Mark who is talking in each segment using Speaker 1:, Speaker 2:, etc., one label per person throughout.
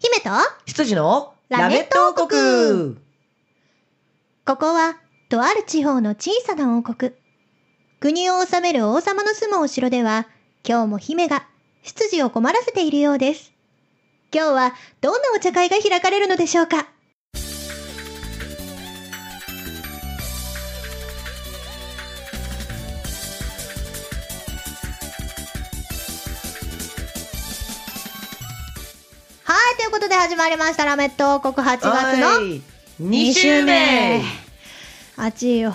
Speaker 1: 姫と、
Speaker 2: 羊の
Speaker 1: ラメット王国
Speaker 2: 国
Speaker 1: ここは、とある地方の小さな王国。国を治める王様の住むお城では、今日も姫が、執事を困らせているようです。今日は、どんなお茶会が開かれるのでしょうかはい、ということで始まりました、ラメット王国8月の
Speaker 2: 2週目
Speaker 1: 暑いよ。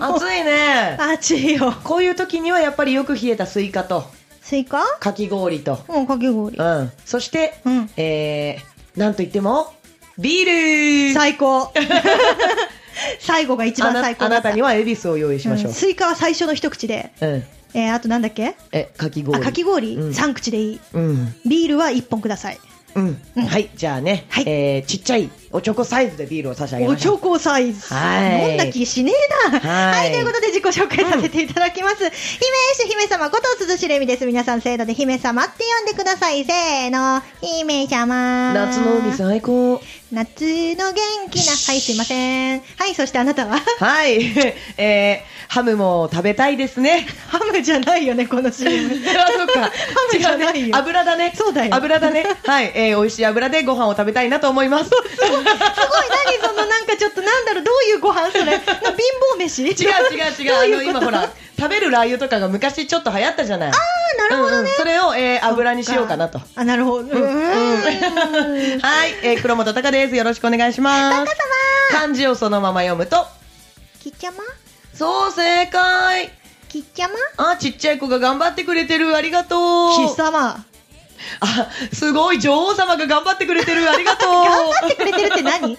Speaker 2: 暑いね
Speaker 1: 暑いよ。
Speaker 2: こういう時にはやっぱりよく冷えたスイカと
Speaker 1: スイカ
Speaker 2: かき氷と、
Speaker 1: うん、かき氷
Speaker 2: う。ん、そして、
Speaker 1: うん。
Speaker 2: えー、なんといってもビール
Speaker 1: 最 高。最後が一番
Speaker 2: あな
Speaker 1: 最高
Speaker 2: あ
Speaker 1: だっ
Speaker 2: な
Speaker 1: た。
Speaker 2: たには恵比寿を用意しまし
Speaker 1: う、
Speaker 2: ょうん
Speaker 1: スイカは最初の一口で。
Speaker 2: うん、
Speaker 1: えー、あとなんだっけ
Speaker 2: えかき
Speaker 1: あ、
Speaker 2: 氷
Speaker 1: かき氷、
Speaker 2: うん
Speaker 1: 三口でいい。
Speaker 2: うん
Speaker 1: ビールは一本ください。
Speaker 2: うん、
Speaker 1: うん
Speaker 2: はいじゃあね、
Speaker 1: はい
Speaker 2: えーちっちゃいおちょこサイズでビールを差し上げ
Speaker 1: お
Speaker 2: まし
Speaker 1: ち
Speaker 2: ょう
Speaker 1: ょこサイズ。
Speaker 2: はい
Speaker 1: 飲んだ気しねえな。
Speaker 2: はい
Speaker 1: ということで自己紹介させていただきます。姫主姫様こと鈴しれみです。皆さん、せーので姫様って呼んでください。せーの、姫様。
Speaker 2: 夏の海最高
Speaker 1: 夏の元気な、はい、すいません。はい、そしてあなたは
Speaker 2: はい、 えー、ハムも食べたいですね。
Speaker 1: ハムじゃないよね、こ の CM。
Speaker 2: あ、そっ か。ハ
Speaker 1: ムじゃないよ
Speaker 2: 油だね。
Speaker 1: そうだよ。
Speaker 2: 油だね。はい、えー、美味しい油でご飯を食べたいなと思います。
Speaker 1: すごい、何そのなんかちょっとなんだろう、どういうご 飯それ。な貧乏飯
Speaker 2: 違う違う違う。
Speaker 1: どう
Speaker 2: あの、
Speaker 1: いうこと
Speaker 2: 今ほら、食べるラー油とかが昔ちょっと流行ったじゃない。あ
Speaker 1: あ、なるほど。
Speaker 2: うんうん、それを、えー、油にしようかなと。は
Speaker 1: あ、なるほど。うーん。
Speaker 2: い、えー、黒本隆です。よろしくお願いします。漢字をそのまま読むと、
Speaker 1: きっちゃま
Speaker 2: そう、正解。
Speaker 1: きっちゃま
Speaker 2: あ、ちっちゃい子が頑張ってくれてる。ありがとう。
Speaker 1: 貴様。
Speaker 2: あ、すごい。女王様が頑張ってくれてる。ありがとう。
Speaker 1: 頑張ってくれてるって何 は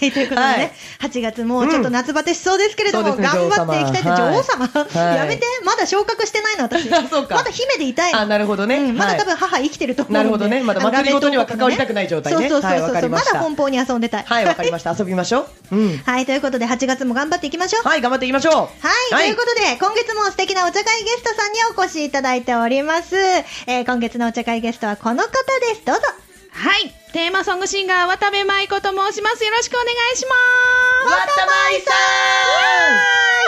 Speaker 1: い、ということで
Speaker 2: は
Speaker 1: ね
Speaker 2: い、
Speaker 1: 8月もうちょっと夏バテしそうですけれども、
Speaker 2: うんそうですね
Speaker 1: 頑張っていきたいって、女
Speaker 2: 女
Speaker 1: 王
Speaker 2: 王
Speaker 1: 様
Speaker 2: 様はい
Speaker 1: やめて、まだ昇格してないの、私。ま
Speaker 2: あ そうか
Speaker 1: だ姫でいたいの
Speaker 2: あ、なるほどね。
Speaker 1: うんまだ
Speaker 2: はい
Speaker 1: 多分母生きてると思うんで、
Speaker 2: なるほどねまだ
Speaker 1: あの
Speaker 2: 祭りごとには関わりたくない状態ね
Speaker 1: そうそうそうそう、
Speaker 2: はいわかり
Speaker 1: ま
Speaker 2: ました
Speaker 1: だ奔放に遊んでたい。
Speaker 2: はい、わかりました。遊びましょう。うん。
Speaker 1: はい、ということで8月も頑張っていきましょう。
Speaker 2: はい、頑張っていきましょう。
Speaker 1: はい、ということで、今月も素敵なお茶会ゲストさんにお越しいただいております。えー今月のお茶会ゲストはこの方です。どうぞ。
Speaker 3: はい。テーマソングシンガー、渡部舞子と申します。よろしくお願いしま
Speaker 2: わたまいさ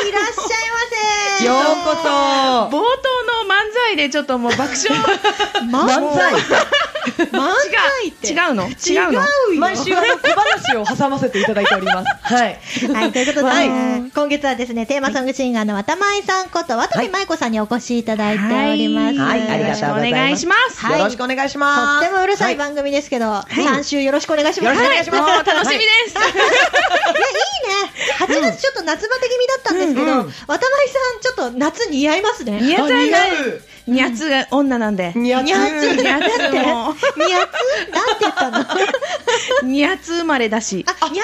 Speaker 1: いらっしゃいませ。
Speaker 2: んよ
Speaker 3: す。冒
Speaker 2: うこ
Speaker 3: 頭の漫才でちょっともう爆笑。
Speaker 2: そ
Speaker 1: ま
Speaker 2: 漫才
Speaker 1: 漫才って
Speaker 3: 違う違うの違
Speaker 1: 違
Speaker 3: うの
Speaker 1: うよ
Speaker 2: 毎週あの小話を挟ませていただいております。 はい。
Speaker 1: はい、ということで、
Speaker 2: はい
Speaker 1: 今月はですね、テーマソングシンガーの渡前さんこと渡辺舞子さんにお越しいただいております。
Speaker 2: はいはいありがとうございます
Speaker 3: よろしくお願いします。
Speaker 1: はい
Speaker 2: よろしくお願いし
Speaker 1: と
Speaker 2: ま
Speaker 1: っ
Speaker 2: す。
Speaker 1: てもうるさい
Speaker 2: は
Speaker 1: 番組ですけど、3週よろしくお 願いします。
Speaker 2: よろしくお願いします
Speaker 3: もう楽しみです。
Speaker 1: いや、いいね。8月ちょっと夏バテ気味だったんですけど、
Speaker 2: うんうん
Speaker 1: 渡前さん、ちょっと夏似合いますね。
Speaker 3: 似合
Speaker 2: あ
Speaker 3: って
Speaker 2: 似合
Speaker 3: ニャツが女なんで
Speaker 2: う。。にゃ
Speaker 1: 似合って
Speaker 2: つ。
Speaker 1: 似合って似合
Speaker 3: も
Speaker 1: ってなんて言ったのあ、
Speaker 3: うニャツ生まれだし。
Speaker 1: 似合って生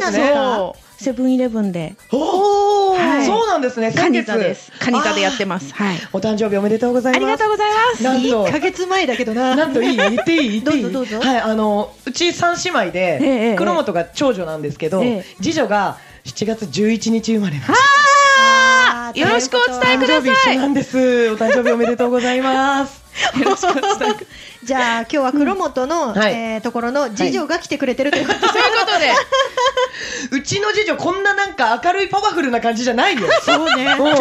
Speaker 1: まれなのか。
Speaker 3: そう。セブンイレブンで、
Speaker 2: お
Speaker 3: は
Speaker 2: ー
Speaker 3: い
Speaker 2: そうなんですね。
Speaker 3: カ
Speaker 2: 先
Speaker 3: ニ
Speaker 2: 月
Speaker 3: 座です。カニ座でやってます。はい。
Speaker 2: あーお誕生日おめでとうござい
Speaker 3: あ
Speaker 2: ます。
Speaker 3: りがとうございます。
Speaker 2: なんと
Speaker 1: 1ヶ月前だけどな。
Speaker 2: なんといい言っていい言っていい
Speaker 1: どうぞどうぞ
Speaker 2: はい、あの、うち三姉妹
Speaker 3: えええ
Speaker 2: で
Speaker 3: え、
Speaker 2: 黒本が長女なんですけど
Speaker 3: ええ、
Speaker 2: 次女が7月11日生まれなんです
Speaker 1: あー
Speaker 3: よろしくお伝えくだ
Speaker 2: 誕生
Speaker 3: さい
Speaker 2: 日一緒なんです。お誕生日おめでとうございます。
Speaker 1: じゃあ今日は黒本の、
Speaker 2: んはい
Speaker 1: えーところの次女が来てくれてるということで、
Speaker 3: ということで、
Speaker 2: うちの次女こんななんか明るいパワフルな感じじゃないよ。
Speaker 1: そうね
Speaker 2: うん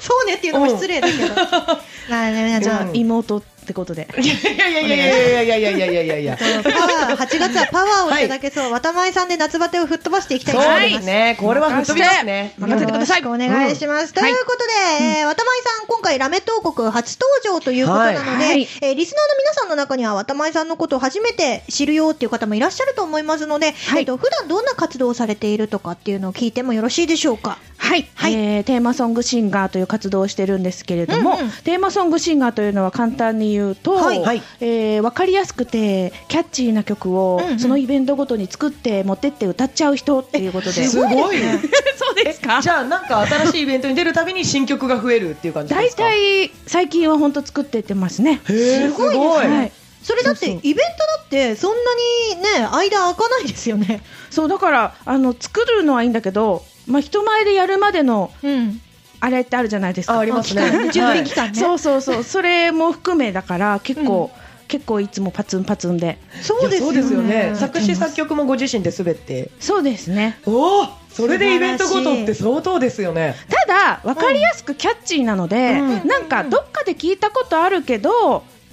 Speaker 1: そうねっていうのも失礼ですけどまあねじゃあ、
Speaker 2: うん
Speaker 3: 妹ってことで。
Speaker 2: いやいやいやいやいやいやいやいやいやいや。
Speaker 1: パワー8月はパワーをいただけそう、渡前さんで夏バテを吹っ飛ばしていきたいと思
Speaker 2: そう
Speaker 1: い
Speaker 2: で
Speaker 1: ますす、
Speaker 2: ね。これは吹っ飛びますね。
Speaker 3: 任せてください
Speaker 1: よろしくお願いします。ということで、えー渡前さん、今回、ラメット王国初登場ということなので、
Speaker 3: はいはい
Speaker 1: えーリスナーの皆さんの中には、渡前さんのことを初めて知るよっていう方もいらっしゃると思いますので、
Speaker 3: はい
Speaker 1: えーと普段どんな活動をされているとかっていうのを聞いてもよろしいでしょうか。
Speaker 3: はい、
Speaker 1: はい
Speaker 3: えーテーマソングシンガーという活動をしてるんですけれども、
Speaker 1: うんうん
Speaker 3: テーマソングシンガーというのは簡単に言うと、
Speaker 2: はいはい
Speaker 3: えーわかりやすくてキャッチーな曲を
Speaker 1: うんうん
Speaker 3: そのイベントごとに作って持ってって歌っちゃう人っていうことで、
Speaker 2: すごい。
Speaker 3: そうですか
Speaker 2: じゃあなんか新しいイベントに出るたびに新曲が増えるっていう感じで
Speaker 3: 大
Speaker 2: すか。い。
Speaker 3: 体最近は本当作ってってますね。
Speaker 2: すごい
Speaker 1: すご
Speaker 2: です
Speaker 1: い
Speaker 3: は
Speaker 2: ね。
Speaker 3: い、
Speaker 1: それだって、イ
Speaker 3: そう
Speaker 1: ベン
Speaker 3: そう
Speaker 1: トだって、そんなにね、間開かないですよね。
Speaker 3: そうだからあの作るのはいいんだけど、まあ人前でやるまでの
Speaker 1: うん。
Speaker 3: あれってあるじゃないですか。
Speaker 2: あありますね
Speaker 3: 期間
Speaker 1: 準備期間ね。
Speaker 3: そうそうそう、それも含めだから、結構、結構いつもパツンパツンで。
Speaker 1: そうですよね。
Speaker 2: 作詞作曲もご自身で滑って。
Speaker 3: そうですね。
Speaker 2: おお、それでイベントごとって相当ですよね。
Speaker 3: ただ、わかりやすくキャッチーなので、
Speaker 2: うん
Speaker 3: なんかどっかで聞いたことあるけど、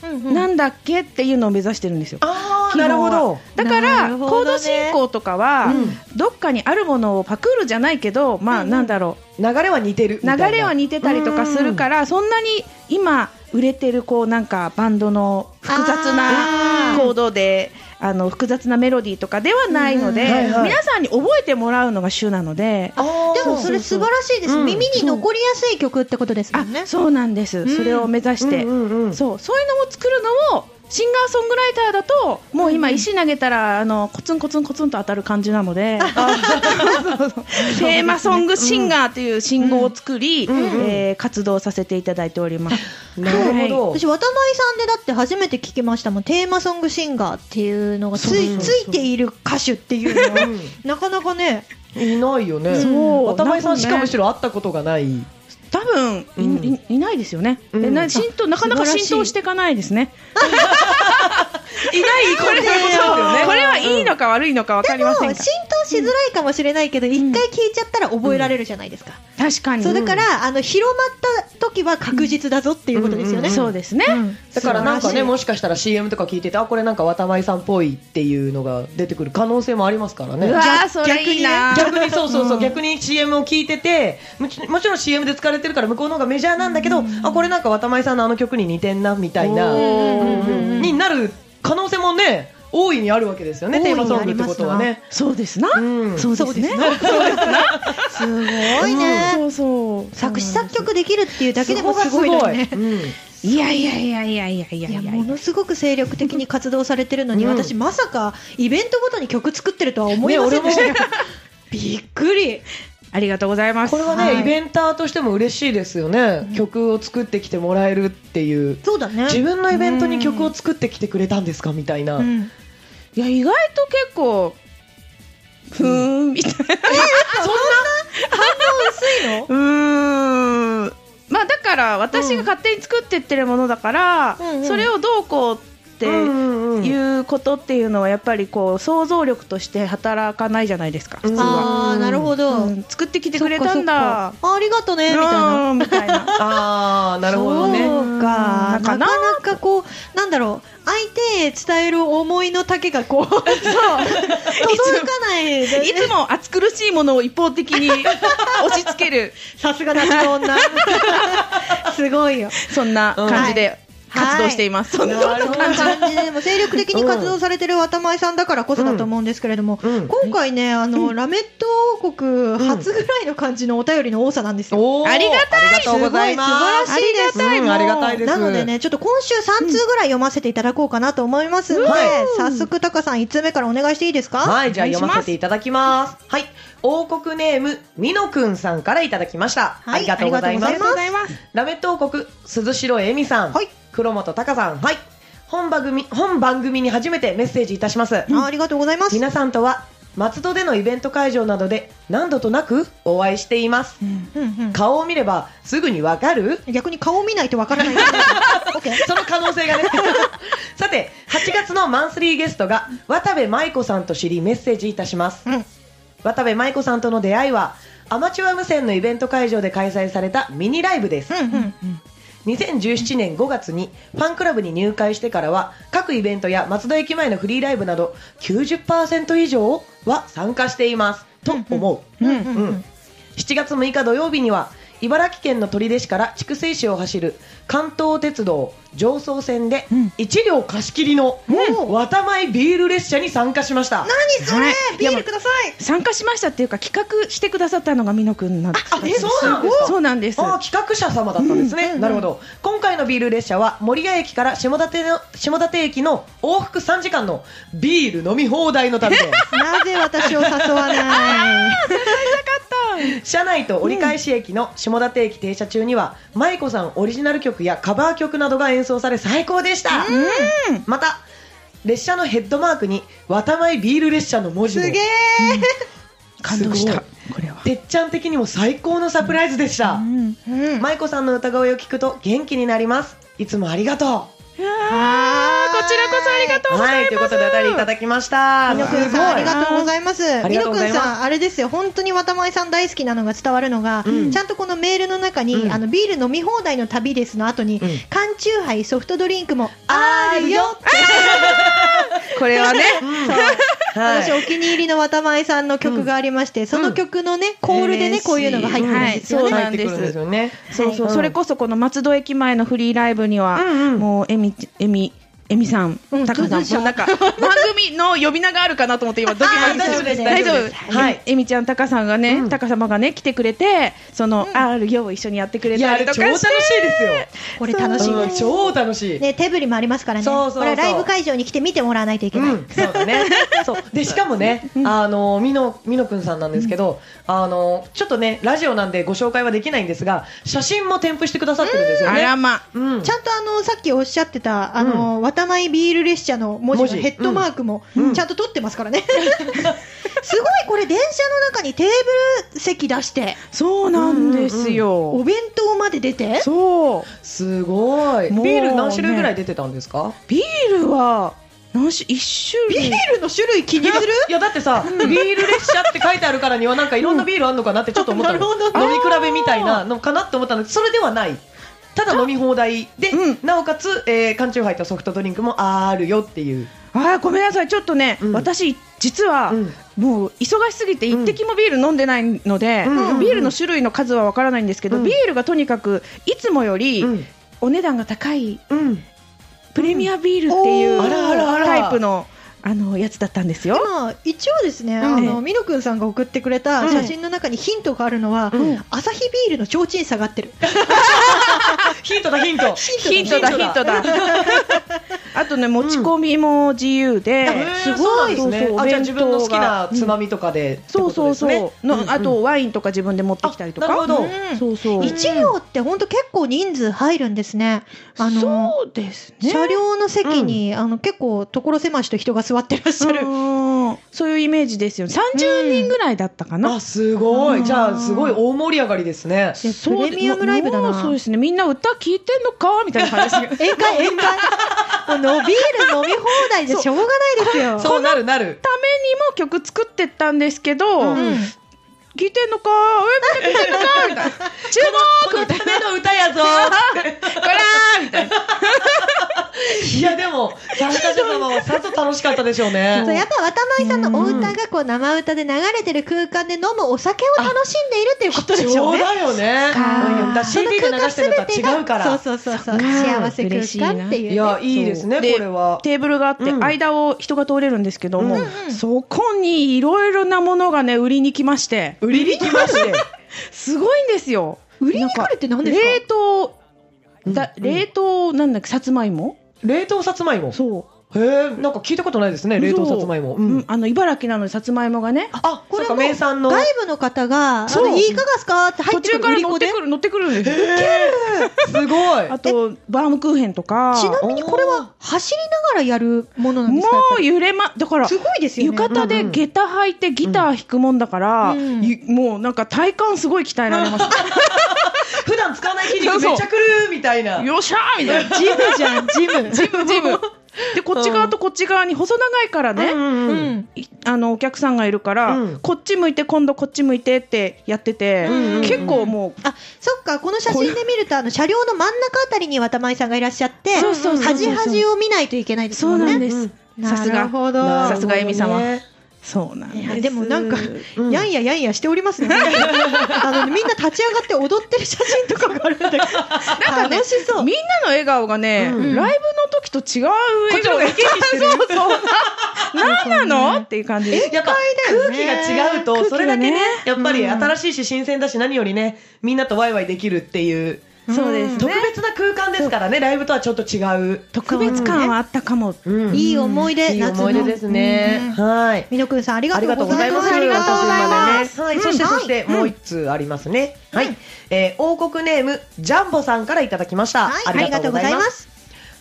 Speaker 1: うんうん
Speaker 3: なんだっけっていうのを目指してるんですよ。
Speaker 2: ああ、
Speaker 3: 基本
Speaker 2: な
Speaker 3: は
Speaker 2: るほど。
Speaker 3: だか
Speaker 1: な
Speaker 3: ら、
Speaker 1: るほ
Speaker 3: コ
Speaker 1: ど
Speaker 3: ー
Speaker 1: ね
Speaker 3: ド進行とかは、
Speaker 2: う
Speaker 3: どっかにあるものをパクるじゃないけど、まあ、なんだろ
Speaker 2: 流れは似てる
Speaker 3: う、流れは似てたりとかするからら、そんなに今売れてるこうなんかバンドの複雑
Speaker 1: あ
Speaker 3: な
Speaker 1: ー
Speaker 3: コードで。あの複雑なメロディーとかではないので、
Speaker 2: うんはいはい
Speaker 3: 皆さんに覚えてもらうのが主なので、
Speaker 1: でもそれ素晴らしいです。
Speaker 2: うん
Speaker 1: 耳に残りやすい曲ってことですもんね
Speaker 3: あ。そうなんです、
Speaker 2: ん
Speaker 3: それを目指して、
Speaker 2: うんうんうん
Speaker 3: そうそういうのを作るのをシンガーソングライターだともう今石投げたらあのコツンコツンコツンと当たる感じなので テーマソングシンガーという信号を作り、
Speaker 2: んうん
Speaker 3: えー活動させていただいております。
Speaker 2: なるほど
Speaker 1: 私、渡前さんでだって初めて聞きましたもん。テーマソングシンガーっていうのがつ
Speaker 2: そう
Speaker 1: い
Speaker 2: そう
Speaker 1: つ
Speaker 2: そう
Speaker 1: いている歌手っていうのは、 なかなかね、
Speaker 2: いないよね
Speaker 3: そう
Speaker 2: 渡辺さんしか
Speaker 3: なんかね
Speaker 2: むしろ会ったことがない
Speaker 3: 多分い,い、
Speaker 2: うん
Speaker 3: いないですよね。
Speaker 2: うん
Speaker 3: でな浸透なかなか浸透していかないですね。
Speaker 2: いないこれそういうこ とですよね
Speaker 3: これはいいのか悪いのかわかり
Speaker 1: もう
Speaker 3: ませ
Speaker 1: 浸
Speaker 3: ん
Speaker 1: 透
Speaker 3: が、
Speaker 1: しづらいかもしれないけど、一回聞いちゃったら覚えられるじゃないですか。
Speaker 3: 確かに。
Speaker 1: そうだから、あの、広まった時は確実だぞっていうことですよ
Speaker 2: うん
Speaker 1: ね。
Speaker 3: そうですね。
Speaker 2: だからなん
Speaker 1: 素晴
Speaker 2: か
Speaker 1: らし
Speaker 2: ね
Speaker 1: い
Speaker 2: もしかしたら CM とか聞いててあこれなんか渡辺さんっぽいっていうのが出てくる可能性もありますからね
Speaker 3: うわーそれいいな。
Speaker 2: 逆にそうそうそう、逆に CM を聞いててもちもちろん CM で使われてるから向こうの方がメジャーなんだけど、あこれなんか渡前さんのあの曲に似てんなみたいな、
Speaker 3: おー
Speaker 2: うんになる可能性もね大いにあるわけですよね
Speaker 1: 大い
Speaker 2: テ
Speaker 1: に
Speaker 2: ーマソングってことはね。
Speaker 3: そうですな。
Speaker 2: うん
Speaker 3: そうですね。
Speaker 1: すごいね。
Speaker 3: そうそう。
Speaker 1: 作詞作曲できるっていうだけでもすご
Speaker 2: そこ
Speaker 1: い
Speaker 2: が
Speaker 1: のにね。
Speaker 2: うん
Speaker 3: いやいやいやいやいやいや
Speaker 1: いや
Speaker 3: いや
Speaker 1: ものすごく精力的に活動されてるのに、
Speaker 2: うん
Speaker 1: 私まさかイベントごとに曲作ってるとは思い
Speaker 2: ね
Speaker 1: ませ
Speaker 2: 俺
Speaker 1: ん
Speaker 2: も
Speaker 1: でした、 びっくり
Speaker 3: ありがとうございます。
Speaker 2: これはね、
Speaker 1: はい
Speaker 2: イベンターとしても嬉しいですよね、曲を作ってきてもらえるっていう
Speaker 1: そうだね
Speaker 2: 自分のイベントに曲を作ってきてくれたんですかみたいな、
Speaker 1: うん
Speaker 3: いや意外と結構ふーんみたいな。
Speaker 1: 薄いの
Speaker 3: うーん。まあだから私が勝手に作ってってるものだから、
Speaker 1: うんうん
Speaker 3: それをどうこうって。
Speaker 2: うんうんうん
Speaker 3: いうことっていうのはやっぱりこう想像力として働かないじゃないですか普通は、
Speaker 1: ああなるほど、
Speaker 3: うん作ってきてくれた
Speaker 1: そっ
Speaker 3: んだ
Speaker 1: かそっかあありがとねみたいな
Speaker 3: うんみたいな
Speaker 2: ああなるほどね
Speaker 1: そうかな
Speaker 3: な
Speaker 1: かな
Speaker 3: かな
Speaker 1: かこうなんだろう相手へ伝える思いの丈がこうそう届かない
Speaker 3: いつも暑苦しいものを一方的に押し付ける
Speaker 1: さすがなちの女すごいよ
Speaker 3: そんな感じで活動しています、
Speaker 1: そん
Speaker 3: そん
Speaker 1: な
Speaker 3: な
Speaker 1: 感 じで、でも精力的に活動されてる渡前さんだからこそだと思うんですけれども、
Speaker 2: うんうん
Speaker 1: 今回ね、あの、ラメット王国初ぐらいの感じのお便りの多さなんですよ。
Speaker 2: おー
Speaker 3: ありがたい
Speaker 2: ありがとうございます
Speaker 1: すごい素晴らしいです
Speaker 2: ありがたいうんありがたいです
Speaker 1: なのでね、ちょっと今週3通ぐらい読ませていただこうかなと思いますので、
Speaker 2: うんはい
Speaker 1: 早速タカさん1通目からお願いしていいですか、
Speaker 2: はい、じゃあ
Speaker 3: お願いし
Speaker 2: 読
Speaker 3: ます
Speaker 2: ませていただきます。はい、王国ネームみのくんさんからいただきました。
Speaker 1: はい
Speaker 2: ありがとうございま
Speaker 1: あ
Speaker 2: す
Speaker 1: り。がとうござ
Speaker 3: います
Speaker 2: ラメット王国鈴代恵美さん、
Speaker 1: はい
Speaker 2: 黒本隆さん、はい、本番組本番組に初めてメッセージいたします。
Speaker 1: あありがとうございます。
Speaker 2: 皆さんとは松戸でのイベント会場などで何度となくお会いしています。
Speaker 1: うんうん
Speaker 2: 顔を見ればすぐにわかる
Speaker 1: 逆に顔見ないとわから ない。OK
Speaker 2: その可能性 がね。さて、8月のマンスリーゲストが渡部舞子さんと知りメッセージいたします。
Speaker 1: うん
Speaker 2: 渡部舞子さんとの出会いは、アマチュア無線のイベント会場で開催されたミニライブです。
Speaker 1: うんうん
Speaker 2: 2017年5月にファンクラブに入会してからは、各イベントや松戸駅前のフリーライブなど90%以上は参加しています。と思う。
Speaker 1: うんうんう
Speaker 2: うんん7月6日土曜日には茨城県の取手市から筑西市を走る関東鉄道常総線で1両貸し切りの
Speaker 1: うん
Speaker 2: 渡前ビール列車に参加しました。
Speaker 1: 何それ、
Speaker 3: はい
Speaker 1: ビールください
Speaker 3: 参加しましたっていうか企画してくださったのがみのくんなんです
Speaker 2: あえそうなんですか
Speaker 3: そうなんです
Speaker 2: ああ企画者様だったんですね、なるほど今回のビール列車は守谷駅から下館の下館駅の往復3時間のビール飲み放題の旅で
Speaker 1: なぜ私を誘わない
Speaker 2: 車内と折り返し駅の下館駅停車中には舞子さんオリジナル曲やカバー曲などが演奏され最高でした、また列車のヘッドマークに「渡前ビール列車」の文字も
Speaker 1: すげえ
Speaker 3: 感動し
Speaker 2: す
Speaker 3: たこれは
Speaker 2: てっちゃん的にも最高のサプライズでした
Speaker 3: うん
Speaker 1: うん
Speaker 2: 舞子さんの歌声を聞くと元気になりますいつもありがと
Speaker 3: うわーこちらこそありが
Speaker 2: う
Speaker 3: とうござ
Speaker 2: はいいということでお便りいただきました
Speaker 1: みのくんさんありがとうございます。
Speaker 2: あ
Speaker 1: み
Speaker 2: りがと
Speaker 1: の
Speaker 2: うご
Speaker 1: く
Speaker 2: ざ
Speaker 1: ん
Speaker 2: います
Speaker 1: さんあれですよ本当に渡前さん大好きなのが伝わるのが、
Speaker 2: うん
Speaker 1: ちゃんとこのメールの中に、
Speaker 2: うん
Speaker 1: あのビール飲み放題の旅ですの後に、
Speaker 2: うん
Speaker 1: 缶チューハイソフトドリンクも
Speaker 2: あるよ
Speaker 3: これはね
Speaker 2: はい
Speaker 1: 私お気に入りの渡前さんの曲がありまして、その曲のねコールでねこういうのが入ってるんですよ
Speaker 3: そう
Speaker 1: ね。
Speaker 3: なん
Speaker 2: 入って
Speaker 3: です
Speaker 2: くるんですよね
Speaker 3: そうそう
Speaker 2: うん
Speaker 3: それこそこの松戸駅前のフリーライブには
Speaker 2: うんうん
Speaker 3: もうえみえみえみさん、
Speaker 1: うん
Speaker 3: タカ
Speaker 1: ど
Speaker 3: さ
Speaker 1: うした
Speaker 3: ん、なんか番組の呼び名があるかなと思って今ドキドキ
Speaker 2: あ
Speaker 3: して
Speaker 2: ー大丈夫です
Speaker 3: 大丈
Speaker 2: 大丈夫で
Speaker 3: 夫
Speaker 2: すはい
Speaker 3: えみちゃん、タカさんがね、
Speaker 2: うん
Speaker 3: タカ様がね来てくれて、その、あるよを一緒にやってくれ
Speaker 2: い
Speaker 3: た
Speaker 2: やあれ
Speaker 3: りと
Speaker 2: 超楽
Speaker 3: か
Speaker 2: しいで
Speaker 3: して、
Speaker 2: すよ
Speaker 1: これ楽しみ
Speaker 2: うん
Speaker 1: です。
Speaker 2: 超楽しい
Speaker 1: ね手振りもありますからね。
Speaker 2: そうそうそう
Speaker 1: これはライブ会場に来て見てもらわないといけない。
Speaker 2: うん、そうだねそうでしかもね、あのみのみのくんさんなんですけど、あのちょっとねラジオなんでご紹介はできないんですが写真も添付してくださってるんですよ
Speaker 3: あ
Speaker 2: ね。
Speaker 3: らま、
Speaker 2: うん
Speaker 1: ちゃんとあのさっきおっしゃってたあの、渡前ビール列車の文字
Speaker 2: 文
Speaker 1: の
Speaker 2: 字
Speaker 1: ヘッドマークも
Speaker 2: うん
Speaker 1: ちゃんと取ってますからね。 すごいこれ電車の中にテーブル席出して
Speaker 3: そうなんですよ。
Speaker 1: お弁当まで出て。
Speaker 3: そう
Speaker 2: すごい。
Speaker 3: もうね
Speaker 2: ビール何種類ぐらい出てたんですか？
Speaker 3: ビールは何種一種類
Speaker 1: ビールの種類気にする？
Speaker 2: いやだってさ、ビール列車って書いてあるからにはなんかいろんなビールあんのかなってちょっと思ったの。
Speaker 1: うんなるほど
Speaker 2: 飲み比べみたいなのかなって思ったの。それではない。ただ飲み放題で、
Speaker 3: うん
Speaker 2: なおかつ、えー、缶チューハイとソフトドリンクもあるよっていう。
Speaker 3: あーごめんなさいちょっとね、
Speaker 2: うん
Speaker 3: 私実は、
Speaker 2: うん
Speaker 3: もう忙しすぎて一滴もビール飲んでないので、
Speaker 2: うんうん
Speaker 3: ビールの種類の数はわからないんですけど、
Speaker 2: うん
Speaker 3: ビールがとにかくいつもより
Speaker 2: うん
Speaker 3: お値段が高い
Speaker 2: うん。
Speaker 3: プレミアビールっていううん
Speaker 2: おーあらあらあら
Speaker 3: タイプのあのやつだったんですよ。
Speaker 1: まあ一応ですね、
Speaker 2: ん
Speaker 1: あのミノくんさんが送ってくれた写真の中にヒントがあるのは、
Speaker 2: うん
Speaker 1: アサヒビールの提灯下がってる。
Speaker 2: ヒントだヒント。
Speaker 3: ヒントだヒントだ。 あとね持ち込みも自由で、
Speaker 2: あ
Speaker 1: すごい
Speaker 2: へーそうなんですね
Speaker 3: そうそう
Speaker 2: あじゃあ自分の好きな
Speaker 3: お弁当が
Speaker 2: つまみとかで、って
Speaker 3: そ
Speaker 2: こ
Speaker 3: うそ
Speaker 2: と
Speaker 3: う
Speaker 2: です
Speaker 3: そう、
Speaker 2: ね
Speaker 3: の
Speaker 2: んん
Speaker 3: あとワインとか自分で持ってきたりとか。
Speaker 2: あなるほど
Speaker 1: うん
Speaker 3: そうそう。
Speaker 1: 一両って本当結構人数入るんですね。あの
Speaker 3: そうですね。
Speaker 1: 車両の席に、あの結構所狭しと人が座ってらっしゃる。
Speaker 3: うんそういうイメージですよね。30人ぐらいだったかな。
Speaker 2: あすご
Speaker 1: う
Speaker 2: い
Speaker 1: ん
Speaker 2: じゃあすごい大盛り上がりですね
Speaker 1: で
Speaker 3: そう
Speaker 1: プレミアムライブだな
Speaker 3: もうそうですね。みんな歌聞いてんのかみたいな感じですよ。
Speaker 1: 宴会宴会もうのビール飲み放題でしょうがないですよ。
Speaker 2: そうなるなる
Speaker 3: ためにも曲作ってったんですけど、
Speaker 2: うん
Speaker 3: 聞いてんのかえみんな聞いてんのかみたいな。注
Speaker 2: こ
Speaker 3: 目
Speaker 2: の
Speaker 3: みたい
Speaker 2: ための歌やぞ
Speaker 3: な。こらーみたいな。
Speaker 2: いやでも参加者様はさぞ楽しかったでしょうね
Speaker 1: そうやっぱ渡前さんのお歌がこう生歌で流れてる空間で飲むお酒を楽しんでいるっていうことでしょう
Speaker 2: そう
Speaker 1: ね。
Speaker 2: だよね
Speaker 3: か
Speaker 2: うんだ CD で流してるのとは違うから
Speaker 1: そうそうそうそうう。
Speaker 2: ん
Speaker 1: 幸せ空間っていう、ね。
Speaker 2: いやいいですね
Speaker 3: そうで
Speaker 2: これは
Speaker 3: テーブルがあって、
Speaker 2: うん
Speaker 3: 間を人が通れるんですけども、
Speaker 2: うん
Speaker 1: うん
Speaker 3: そこにいろいろなものがね売りに来まして
Speaker 2: 売りに来まして
Speaker 3: すごいんですよ売
Speaker 1: りに来るって何ですか
Speaker 3: 冷凍だ、
Speaker 2: うん
Speaker 3: 冷凍なんだっけさつまいも
Speaker 2: 冷凍さつまいもへ
Speaker 3: そ
Speaker 2: えんか聞いたことないですね
Speaker 3: う
Speaker 2: 冷凍さつまいも
Speaker 3: そううんあの茨城なのにさつまいもがね
Speaker 2: あ
Speaker 1: こ
Speaker 2: こ
Speaker 1: れ
Speaker 2: れ
Speaker 1: も
Speaker 2: か名産の
Speaker 1: 外部の方が、あ
Speaker 3: そう
Speaker 1: のいいかがすかって入
Speaker 3: 途
Speaker 1: ってく
Speaker 3: 中
Speaker 1: る
Speaker 3: から
Speaker 1: 売り
Speaker 3: 乗
Speaker 1: 子
Speaker 3: って
Speaker 1: で
Speaker 3: くる乗ってくるんですよ
Speaker 2: すごい
Speaker 3: あとバームクーヘンとか
Speaker 1: ちなみにこれは走りながらやるものなんで
Speaker 3: も
Speaker 1: すかやっぱ
Speaker 3: う
Speaker 1: り
Speaker 3: 揺れまだから
Speaker 1: すごいですよ
Speaker 3: 浴
Speaker 1: ね。
Speaker 3: 衣で下駄履いてギター弾くもんだから、
Speaker 1: うん
Speaker 3: ゆもうなんか体幹すごい鍛えられます、
Speaker 2: 普段使わない筋肉
Speaker 3: そうそう
Speaker 2: めっちゃくるみたいな
Speaker 3: よっしゃーみたいな
Speaker 1: ジムじゃん、ジム。
Speaker 3: ジムジムでこっち側とこっち側に細長いからね、
Speaker 2: うん
Speaker 1: う
Speaker 2: うんうん
Speaker 1: ん。
Speaker 3: いあのお客さんがいるから、
Speaker 2: うん
Speaker 3: こっち向いて今度こっち向いてってやってて、
Speaker 2: うんうんうん
Speaker 3: 結構もう
Speaker 1: あ、そっか、この写真で見ると、あの、車両の真ん中あたりに渡前さんがいらっしゃって、
Speaker 3: そうそうそうそう
Speaker 1: 端端を見ないといけないですもんね。
Speaker 2: です
Speaker 3: さす
Speaker 1: な
Speaker 3: が
Speaker 1: るほど。
Speaker 3: さすがえみ様
Speaker 2: なる
Speaker 3: そうなん
Speaker 1: いや
Speaker 3: です
Speaker 1: でもなんか、
Speaker 2: うん
Speaker 1: やんややんやしておりますね。あの、みんな立ち上がって踊ってる写真とかがあるんだけど、
Speaker 3: なんかね
Speaker 1: 楽しそう。
Speaker 3: みんなの笑顔がね、
Speaker 2: うん
Speaker 3: ライブの時と違う
Speaker 2: こっ
Speaker 3: 笑顔
Speaker 2: ちの方が生き生きしてる
Speaker 3: そうそう何なのっていう感じ
Speaker 2: ほどやっぱ
Speaker 1: よ
Speaker 2: 空
Speaker 1: ね
Speaker 2: 気が違うとそれだけねやっぱり
Speaker 3: うん
Speaker 2: 新しいし新鮮だし何よりねみんなとワイワイできるっていう
Speaker 3: そうです
Speaker 2: 特別な空間ですからねライブとはちょっと違う
Speaker 3: 特別感はあったかも、
Speaker 2: うん
Speaker 1: いい思い出、
Speaker 2: いい思い出ですね
Speaker 1: 夏の。
Speaker 2: はい
Speaker 1: みのくんさん、ありが
Speaker 2: あ
Speaker 1: と
Speaker 2: り
Speaker 1: う
Speaker 2: がと
Speaker 1: ご
Speaker 2: うご
Speaker 1: ざ
Speaker 2: ざ
Speaker 1: い
Speaker 2: い
Speaker 1: ま。
Speaker 2: ますす。はい、そして
Speaker 1: うん
Speaker 2: そしてもう一通ありますね。はい、えー王国ネームジャンボさんからいただきました。
Speaker 1: はい、ありがとうございま。す。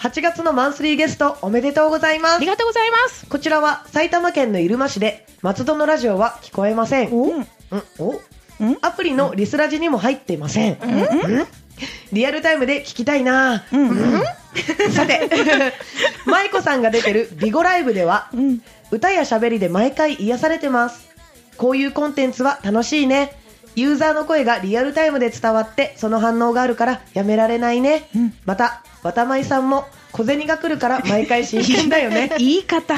Speaker 2: 8月のマンスリーゲストおめでとうございま
Speaker 3: あ
Speaker 2: す
Speaker 3: り。がとうございます
Speaker 2: こちらは埼玉県の入間市で松戸のラジオは聞こえません。
Speaker 3: お、うん、
Speaker 2: うん、お
Speaker 3: ん
Speaker 2: アプリのリスラジにも入っていません。んリアルタイムで聞きたいな
Speaker 3: うんうん
Speaker 2: さ て、舞子さんが出てるビゴライブでは、
Speaker 3: うん
Speaker 2: 歌や喋りで毎回癒されてます。こういうコンテンツは楽しいね。ユーザーの声がリアルタイムで伝わって、その反応があるからやめられないね。
Speaker 3: うん
Speaker 2: また、わたまいさんも小銭が来るから毎回新鮮だよね。
Speaker 3: 言い方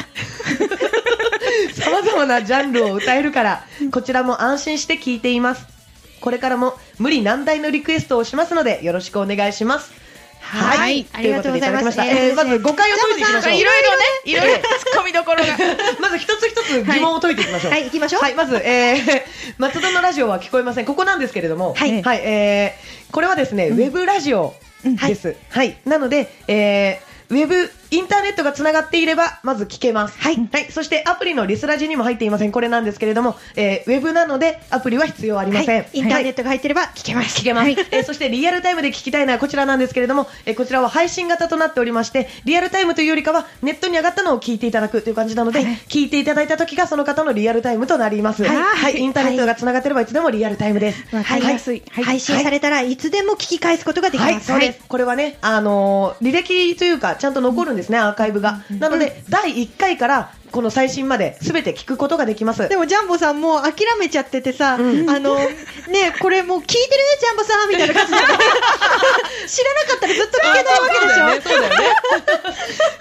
Speaker 2: さまざまなジャンルを歌えるから、こちらも安心して聴いています。これからも無理難題のリクエストをしますので、よろしくお願いします。はい。
Speaker 3: はい
Speaker 2: ということでいただきました。
Speaker 1: ありがと
Speaker 2: え
Speaker 1: う
Speaker 2: ー
Speaker 1: ご
Speaker 2: ま
Speaker 1: ざいます
Speaker 2: ず誤解を解いていきま
Speaker 3: い
Speaker 2: しょ
Speaker 3: ろいろねいろいろ突っ込みどこ ろが
Speaker 2: う。 まず一つ一つ疑問を解いていきましょう。
Speaker 1: はい行きましょう
Speaker 2: はい、まず、えー、 松戸のラジオは聞こえません。ここなんですけれども、
Speaker 1: はい
Speaker 2: えー、これはですね、ウェブラジオです。はい。なので、えー、ウェブ、インターネットがつながっていれば、まず聞けます。
Speaker 1: はい
Speaker 2: はい、そしてアプリのリスラジにも入っていません、これなんですけれども、えー、ウェブなのでアプリは必要ありません。
Speaker 1: はいインターネッ
Speaker 2: ト
Speaker 1: トが入ってれば聞けます。
Speaker 2: 聞けます、
Speaker 1: はい
Speaker 2: えーそしてリアルタイムで聞きたいのはこちらなんですけれども、えーこちらは配信型となっておりまして、リアルタイムというよりかは、ネットに上がったのを聞いていただくという感じなので、聞いていただいた時がその方のリアルタイムとなります。
Speaker 1: はい
Speaker 2: はい、インターネットがつながってればいつでもリアルタイムです。
Speaker 1: わかりやすい。
Speaker 2: はい
Speaker 1: 配信されたらいつでも聞き返すことができます。
Speaker 2: はい、そうです。これはね、あのー履歴というか、ちゃんと残るんですね、アーカイブが。なので、第1回から、この最新まで、すべて聞くことができま す。
Speaker 1: でもジャンボさんもう諦めちゃっててさ、あの、ね、これもう聞いてるジャンボさんみたいな感じで。知らなかったらずっと聞けないわけでしょ。
Speaker 2: そうだよね。そ う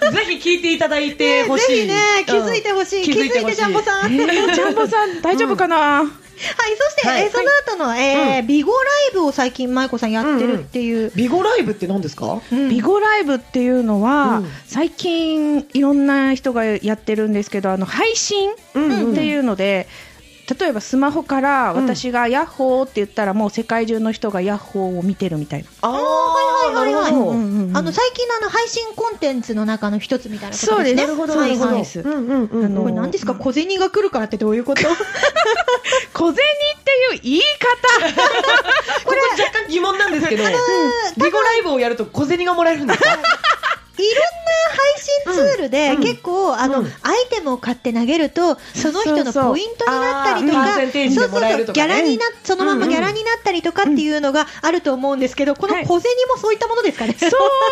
Speaker 2: だよねぜひ聞いていただいてほしい。
Speaker 1: ぜひね、気づいてほしい。気づいてジャンボ
Speaker 2: ん。
Speaker 1: さん。はい、
Speaker 3: ジャンボさん大丈夫かな、
Speaker 1: そして、
Speaker 2: はい
Speaker 1: えーその後の、えービゴライブを最近、舞子さんやってるっていう。
Speaker 2: ビゴライブって何ですか
Speaker 1: うん
Speaker 3: ビゴライブっていうのは、
Speaker 2: うん
Speaker 3: 最近いろんな人がやってるんですけどあの配信って
Speaker 2: うんうん
Speaker 3: いうので、例えばスマホから
Speaker 2: うん
Speaker 3: 私が「ヤッホー」って言ったらもう世界中の人がヤッホーを見てる みたいな、
Speaker 2: あ
Speaker 1: あーはいはいはいは
Speaker 2: なるほ
Speaker 1: い。
Speaker 2: ど
Speaker 3: ん
Speaker 1: あの、最近のあの配信コンテンツの中の一つみたいなことですね。
Speaker 3: そうですなるほどなるほど
Speaker 1: はいはい
Speaker 3: そう
Speaker 2: う
Speaker 3: です
Speaker 2: んうんうん
Speaker 3: あの
Speaker 1: これ何ですか小銭が来るからってどういうこと
Speaker 3: 小銭っていう言い方
Speaker 2: これ若干疑問なんですけど、 ビゴライブをやると小銭がもらえるんですか
Speaker 1: いろんな配信ツールで、
Speaker 2: うん
Speaker 1: 結構あの、
Speaker 2: うん
Speaker 1: アイテムを買って投げるとその人のポイントになったりと
Speaker 2: あーパー
Speaker 1: か
Speaker 2: センテージでもらえると
Speaker 1: ギ
Speaker 2: か
Speaker 1: ャ
Speaker 2: ね
Speaker 1: ラになそのまま
Speaker 2: うんうん
Speaker 1: ギャラになったりとかっていうのがあると思うんですけどこの小銭もそういったものですかね、
Speaker 3: そう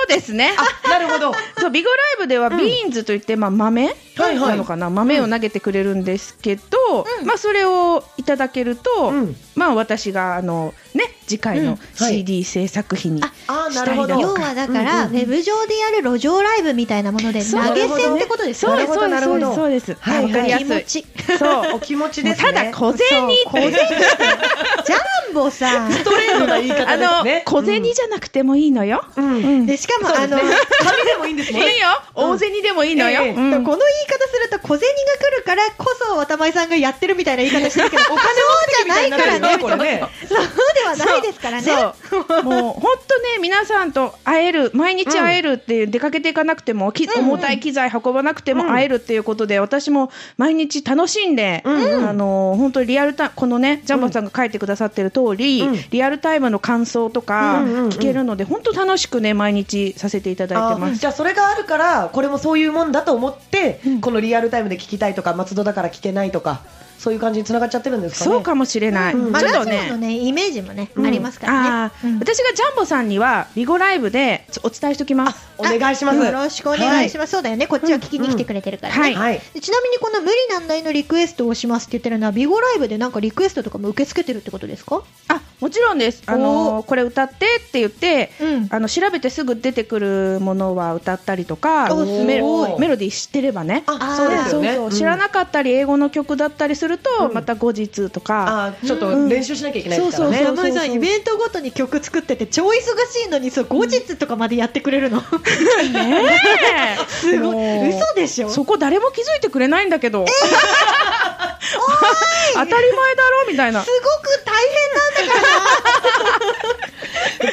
Speaker 3: ですね
Speaker 2: なるほど。
Speaker 3: そうビゴライブではビーンズといって、まあ、豆
Speaker 2: はいはい
Speaker 3: なのかな、豆を投げてくれるんですけど、まあ、それをいただけると、
Speaker 2: うん
Speaker 3: まあ、私があの、ね、次回
Speaker 1: うん
Speaker 3: の
Speaker 2: はい
Speaker 3: CD 制作費に、
Speaker 2: あーなるほど。
Speaker 1: 要はだから、ウェブ上でやる路上ライブみたいなもので
Speaker 3: そう
Speaker 1: 投げ銭ってことです
Speaker 3: そう
Speaker 1: よ
Speaker 3: で
Speaker 1: ね
Speaker 3: すそうです
Speaker 2: なる
Speaker 3: そ
Speaker 2: ほ
Speaker 3: うです
Speaker 2: ど
Speaker 3: そうです
Speaker 2: なるほど
Speaker 3: わかりやす
Speaker 1: 気持
Speaker 3: い
Speaker 1: ち
Speaker 3: そう
Speaker 2: お気持ちですね。
Speaker 3: ただ小銭
Speaker 1: 小銭ジャンボさん
Speaker 2: ストレートな言い
Speaker 3: あ
Speaker 2: 方です
Speaker 3: の、
Speaker 2: ね。
Speaker 3: 小銭じゃなくてもいいのよ、
Speaker 2: うん。うん。
Speaker 3: うん
Speaker 1: でしかも、
Speaker 2: そう
Speaker 1: あ
Speaker 2: です
Speaker 1: の
Speaker 2: ね。紙でもいいんです
Speaker 3: いい
Speaker 2: ね
Speaker 3: よ。大銭でもいいのよ、
Speaker 2: ええ
Speaker 3: う
Speaker 1: この
Speaker 3: ん
Speaker 1: 言い方すると小銭が来るからこそ渡前さんがやってるみたいな言い方してるけ どお金持ちじゃないからね
Speaker 2: これね。
Speaker 1: そうではないですからね。
Speaker 3: そうもう本当ね皆さんと会える毎日会えるって出かけていかなくても、き重たい機材運ばなくても会えるっていうことで、私も毎日楽しんで、
Speaker 2: うん
Speaker 3: あの本当にリアルタイムこのねジャンボさんが書いてくださってる通り、
Speaker 2: うん
Speaker 3: リアルタイムの感想とか
Speaker 2: うんうんうん
Speaker 3: 聞けるので、本当楽しくね毎日させていただいて
Speaker 2: あ
Speaker 3: ます。
Speaker 2: じゃあそれがあるからこれもそういうもんだと思って、このリアルタイムで聞きたいとか松戸だから聞けないとかそういう感じに繋がっちゃってるんですかね。
Speaker 3: そうかもしれない、
Speaker 2: うん
Speaker 1: まあ
Speaker 3: ちょっと
Speaker 1: ラジ
Speaker 3: ね
Speaker 1: オのねイメージもね、
Speaker 2: うん
Speaker 1: ありますから
Speaker 3: あ
Speaker 1: ね。
Speaker 3: ー
Speaker 1: うん
Speaker 3: 私がジャンボさんにはビゴライブでお伝えしておきます。
Speaker 2: お願いします。
Speaker 1: よろしくお願いします。そうだよね。こっちは聞きに来てくれてるからね。
Speaker 3: うんは
Speaker 2: は
Speaker 3: い
Speaker 2: い。
Speaker 1: でちなみにこの無理難題のリクエストをしますって言ってるのはビゴライブでなんかリクエストとかも受け付けてるってことですか？
Speaker 3: あもちろんです、あのこれ歌ってって言って、
Speaker 1: うん
Speaker 3: あの調べてすぐ出てくるものは歌ったりとか
Speaker 1: お
Speaker 3: メ
Speaker 2: すご
Speaker 3: ロ
Speaker 2: い
Speaker 3: メロディー知ってればね
Speaker 2: あそうですよね。
Speaker 3: そうそう知ら
Speaker 2: い。
Speaker 3: なかったり英語の曲だったりすると、
Speaker 2: うん
Speaker 3: また後日とか、
Speaker 2: あーちょっと練習しなきゃいけないですから
Speaker 3: そう
Speaker 2: ね。
Speaker 3: そうそう
Speaker 1: 山井さんイベントごとに曲作ってて超忙しいのにそう後日とかまでやってくれるの。
Speaker 3: ねえ
Speaker 1: すごい。
Speaker 3: もう
Speaker 1: 嘘でしょ。
Speaker 3: そこ誰も気づいてくれないんだけど、当たり前だろみたいな
Speaker 1: すごく大変なんだから。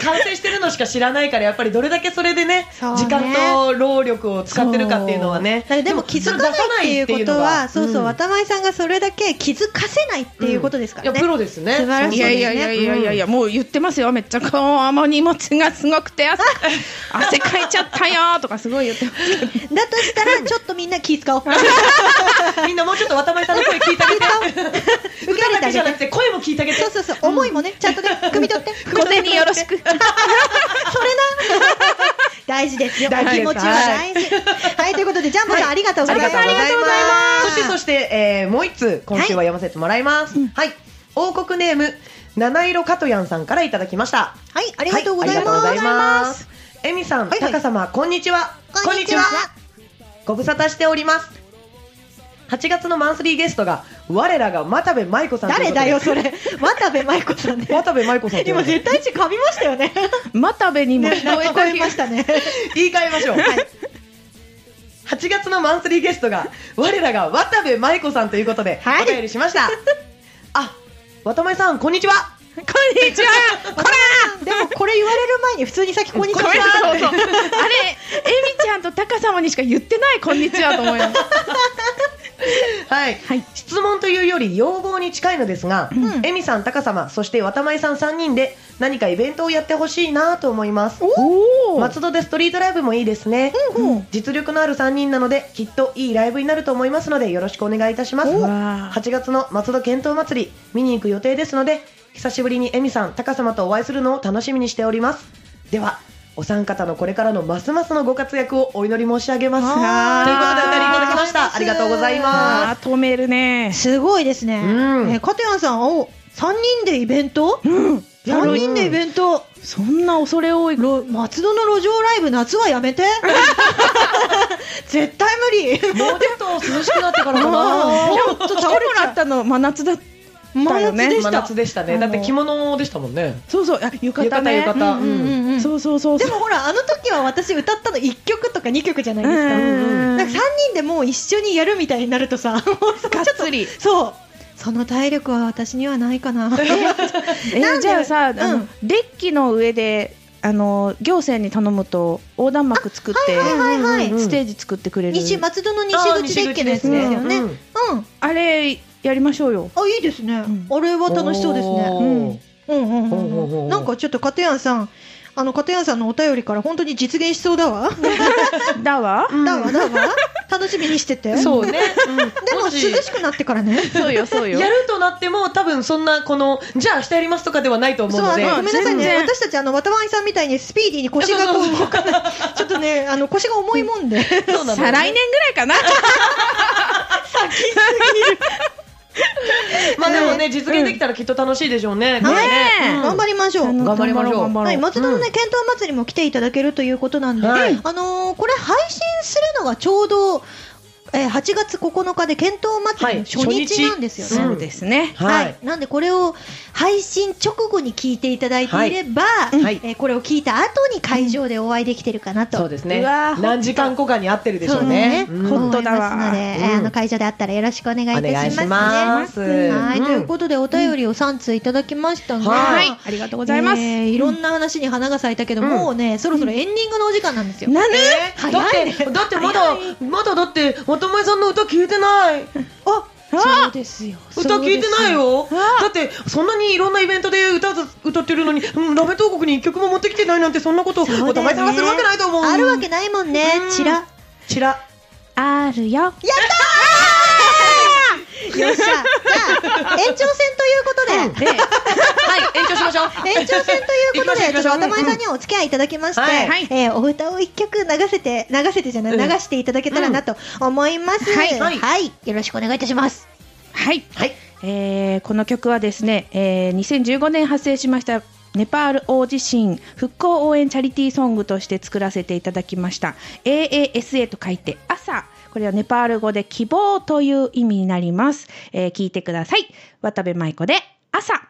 Speaker 2: 完成してるのしか知らないからやっぱりどれだけそれでね
Speaker 1: そうね
Speaker 2: 時間と労力を使ってるかっていうのはね
Speaker 1: だからでも気づかないっていうことは、
Speaker 2: そ
Speaker 1: そ
Speaker 2: れ
Speaker 1: う
Speaker 2: 出さないっていう
Speaker 1: そう、渡前さ
Speaker 2: のがん
Speaker 1: んがそれだけ気づかせないっていうことですから
Speaker 2: いや
Speaker 1: ね。
Speaker 2: プロですね
Speaker 1: 素晴らし
Speaker 3: いやいやいやいやいやいや、もう言ってますよ、めっちゃ、こう、あの荷物がすごくて、汗、汗かいちゃったよとか、すごい言ってますけど。
Speaker 1: だとしたら、ちょっとみんな気 使おう。受
Speaker 2: みんなもうちょっと渡辺さんの声聞いてあげて
Speaker 1: け入
Speaker 2: 歌
Speaker 1: れ
Speaker 2: だ
Speaker 1: てあ
Speaker 2: けじゃな
Speaker 1: げ
Speaker 2: く
Speaker 1: て。
Speaker 2: て声も聞いてあげて
Speaker 1: そうそうそう、思いもね、ちゃんとね、汲み取 って。
Speaker 3: 小銭よろしく。
Speaker 1: 大事ですよ。
Speaker 2: 大事
Speaker 1: 気
Speaker 2: です
Speaker 1: 持ちは大事。はい、ということで、ジャンボさん、ありがとうございます。
Speaker 2: ありがとうございます。そしてそ
Speaker 1: して、
Speaker 2: して、えーもう一通今週は読ませてもらいます。はい。王国ネーム七色かとやんさんからいただきました。
Speaker 1: はい、あ
Speaker 2: あ
Speaker 1: りがとうございます。
Speaker 2: ありがとうございます。えみさん、
Speaker 1: はいはい
Speaker 2: タカ様こんにちは。
Speaker 1: こんにちは。
Speaker 2: ご無沙汰しております。8月のマンスリーゲストが我らが又部舞子さんという
Speaker 1: 誰
Speaker 2: ことで
Speaker 1: だよ、それ。渡部舞子さんね。
Speaker 2: 渡部舞子さんという
Speaker 1: 今
Speaker 2: ことで
Speaker 1: 絶対値噛みましたよね。
Speaker 3: 又 部にも聞 こえ
Speaker 1: 聞こ
Speaker 3: た
Speaker 1: え
Speaker 3: け
Speaker 1: ましたね。
Speaker 2: 言い換えましょう。8月のマンスリーゲストが我らが渡部舞子さんということで
Speaker 1: はい
Speaker 2: お便りしました。あ、渡部さんこんにちは。
Speaker 3: こんにちは。
Speaker 1: これでもこれ言われる前に普通に先ここに
Speaker 3: これそうそう。あれ、えみちゃんとタカ様にしか言ってない、こんにちはと思います。
Speaker 2: はい、質問というより要望に近いのですが、
Speaker 1: ん
Speaker 2: えみさん、高様、そして渡前さん3人で何かイベントをやってほしいなと思います。
Speaker 3: おお。
Speaker 2: 松戸でストリートライブもいいですね、
Speaker 1: うんうん
Speaker 2: 実力のある3人なのできっといいライブになると思いますのでよろしくお願いいたします
Speaker 3: お
Speaker 2: 8月の松戸健闘祭り見に行く予定ですので久しぶりにえみさん高様とお会いするのを楽しみにしておりますではお三方のこれからのますますのご活躍をお祈り申し上げますということでお便りいただきましたありがとうございます
Speaker 3: まとめるね。
Speaker 1: すごいですね。
Speaker 2: うん
Speaker 1: ね、カテヤンさん、お、三人でイベント？三人でイベント。
Speaker 3: そんな恐れ多い。
Speaker 1: ろ松戸の路上ライブ夏はや めて。絶対無理。
Speaker 2: もうちょっと涼しくなってからか
Speaker 1: あー
Speaker 2: な。
Speaker 3: ちょっと倒れもらったの、真夏だったよね
Speaker 1: 真。
Speaker 2: 真夏でしたね。だって着物でしたもんね。
Speaker 3: そうそう、あ浴衣ね。
Speaker 2: 浴衣浴衣
Speaker 1: うんうんうん
Speaker 3: そうそうそう
Speaker 1: で
Speaker 3: そう。
Speaker 1: もほらあの時は私歌ったの一曲とか二曲じゃないですか。
Speaker 3: うんうんうん
Speaker 1: なんか三人でもう一緒にやるみたいになると さ、もうさ
Speaker 3: がっつり。
Speaker 1: そう。その体力は私にはないか な。
Speaker 3: え
Speaker 1: なんで
Speaker 3: じゃあさ、あ
Speaker 1: う
Speaker 3: のデッキの上であの行政に頼むと横断幕作っ
Speaker 1: は
Speaker 3: て、
Speaker 1: いはいはい。
Speaker 3: ステージ作ってくれる。
Speaker 1: 西松戸の西口デッキのやつですよね。
Speaker 2: あー西口
Speaker 1: う
Speaker 2: で
Speaker 1: ん
Speaker 2: す。
Speaker 3: あれやりましょうよ。
Speaker 1: あいいですね
Speaker 3: ん。
Speaker 1: あれは楽しそうですね。
Speaker 2: ね。
Speaker 1: うんうん
Speaker 2: ほうほう
Speaker 1: う
Speaker 2: ほうん
Speaker 1: う。
Speaker 2: ほうん
Speaker 1: なんかちょっと片山さん、あの片山さんのお便りから本当に実現しそうだわ。
Speaker 3: だわ。
Speaker 1: だわだわ。楽しみにしてて。
Speaker 2: そうね。
Speaker 1: でも涼
Speaker 2: し
Speaker 1: しくなってからね。
Speaker 3: そうよそうよ
Speaker 2: や。るとなっても多分そんなこのじゃあ明日やりますとかではないと思
Speaker 1: そうう
Speaker 2: の
Speaker 1: あ
Speaker 2: で。
Speaker 1: のごめんなさい
Speaker 3: 全
Speaker 1: ね。
Speaker 3: 然
Speaker 1: 私たちあの渡辺さんみたいにスピーディーに腰がこう動かない。ちょっとねあの腰が重いもんで。
Speaker 2: そうなの
Speaker 3: 再来年ぐらいかな。
Speaker 2: まあでもね実現できたらきっと楽しいでしょう
Speaker 1: は
Speaker 2: ね。
Speaker 1: い
Speaker 3: ね
Speaker 1: 頑張りましょう。
Speaker 2: 頑張りましょう
Speaker 3: 頑張ろ
Speaker 1: はい、
Speaker 3: 頑張ろ
Speaker 1: 松戸のね、
Speaker 2: う
Speaker 1: 検討祭りも来ていただけるということなんで、
Speaker 2: はい
Speaker 1: あのーこれ配信するのがちょうど、えー8月9日で検討祭りの初日なんですよね。はいい
Speaker 2: は初
Speaker 3: そうですね。
Speaker 2: はい。
Speaker 1: なんでこれを配信直後に聞いていただいていれば、
Speaker 2: いはい
Speaker 1: えーこれを聞いた後に会場でお会いできてるかなと、
Speaker 2: そうですね。
Speaker 3: うわー
Speaker 2: 何時間後かに合ってるでしょうね。
Speaker 1: そう
Speaker 2: うん
Speaker 1: 思い
Speaker 3: 本当だわ
Speaker 1: ますので、えー
Speaker 2: うん
Speaker 1: あの会場であったらよろしくお願いいた
Speaker 2: お願い
Speaker 1: し
Speaker 2: し
Speaker 1: ま
Speaker 2: ます
Speaker 1: ね。
Speaker 2: す。
Speaker 1: はい、
Speaker 2: うん
Speaker 1: ということでお便りを3通いただきましたが、
Speaker 2: は
Speaker 3: はい。ありがとうございます。
Speaker 1: ねえいろんな話に花が咲いたけど、
Speaker 2: うん
Speaker 1: もうね、そろそろエンディングのお時間なんですよ。
Speaker 3: なぬ。
Speaker 1: 早
Speaker 2: だっ
Speaker 1: いね
Speaker 2: て、だってまだ、まだだって、渡前さんの歌聞いてない。
Speaker 1: あ、そうですよ。
Speaker 2: 歌聞いてないよ
Speaker 3: あ
Speaker 2: だってそんなにいろんなイベントで歌歌ってるのに、うん、ラメ東国に一曲も持ってきてないなんてそんなことを
Speaker 1: そうです。
Speaker 2: お互い探するわけないと思う
Speaker 1: あるわけないもんね
Speaker 2: う。ん
Speaker 1: チラ。
Speaker 2: ちら
Speaker 3: あるよ。
Speaker 1: よっしゃ。じゃあ延長戦ということで。
Speaker 3: で
Speaker 2: はい延長しましょう
Speaker 1: 延長戦ということで、
Speaker 2: 行き
Speaker 1: ちょ
Speaker 2: ま
Speaker 1: っ
Speaker 2: し
Speaker 1: と渡
Speaker 2: ょう
Speaker 1: 前さんにはお付き合いいただきまして、
Speaker 2: はい
Speaker 3: はい
Speaker 1: えーお歌を一曲流せて、流せてじゃない、
Speaker 2: うん
Speaker 1: 流していただけたらなと思います。
Speaker 3: うんはい
Speaker 2: はい
Speaker 1: はい。よろしくお願いいたします。
Speaker 3: はい。
Speaker 2: はい
Speaker 3: えーこの曲はですね、えー2015年発生しましたネパール大地震復興応援チャリティーソングとして作らせていただきました。AASA と書いて朝。これはネパール語で希望という意味になります。えー聞いてください。渡部舞子で朝。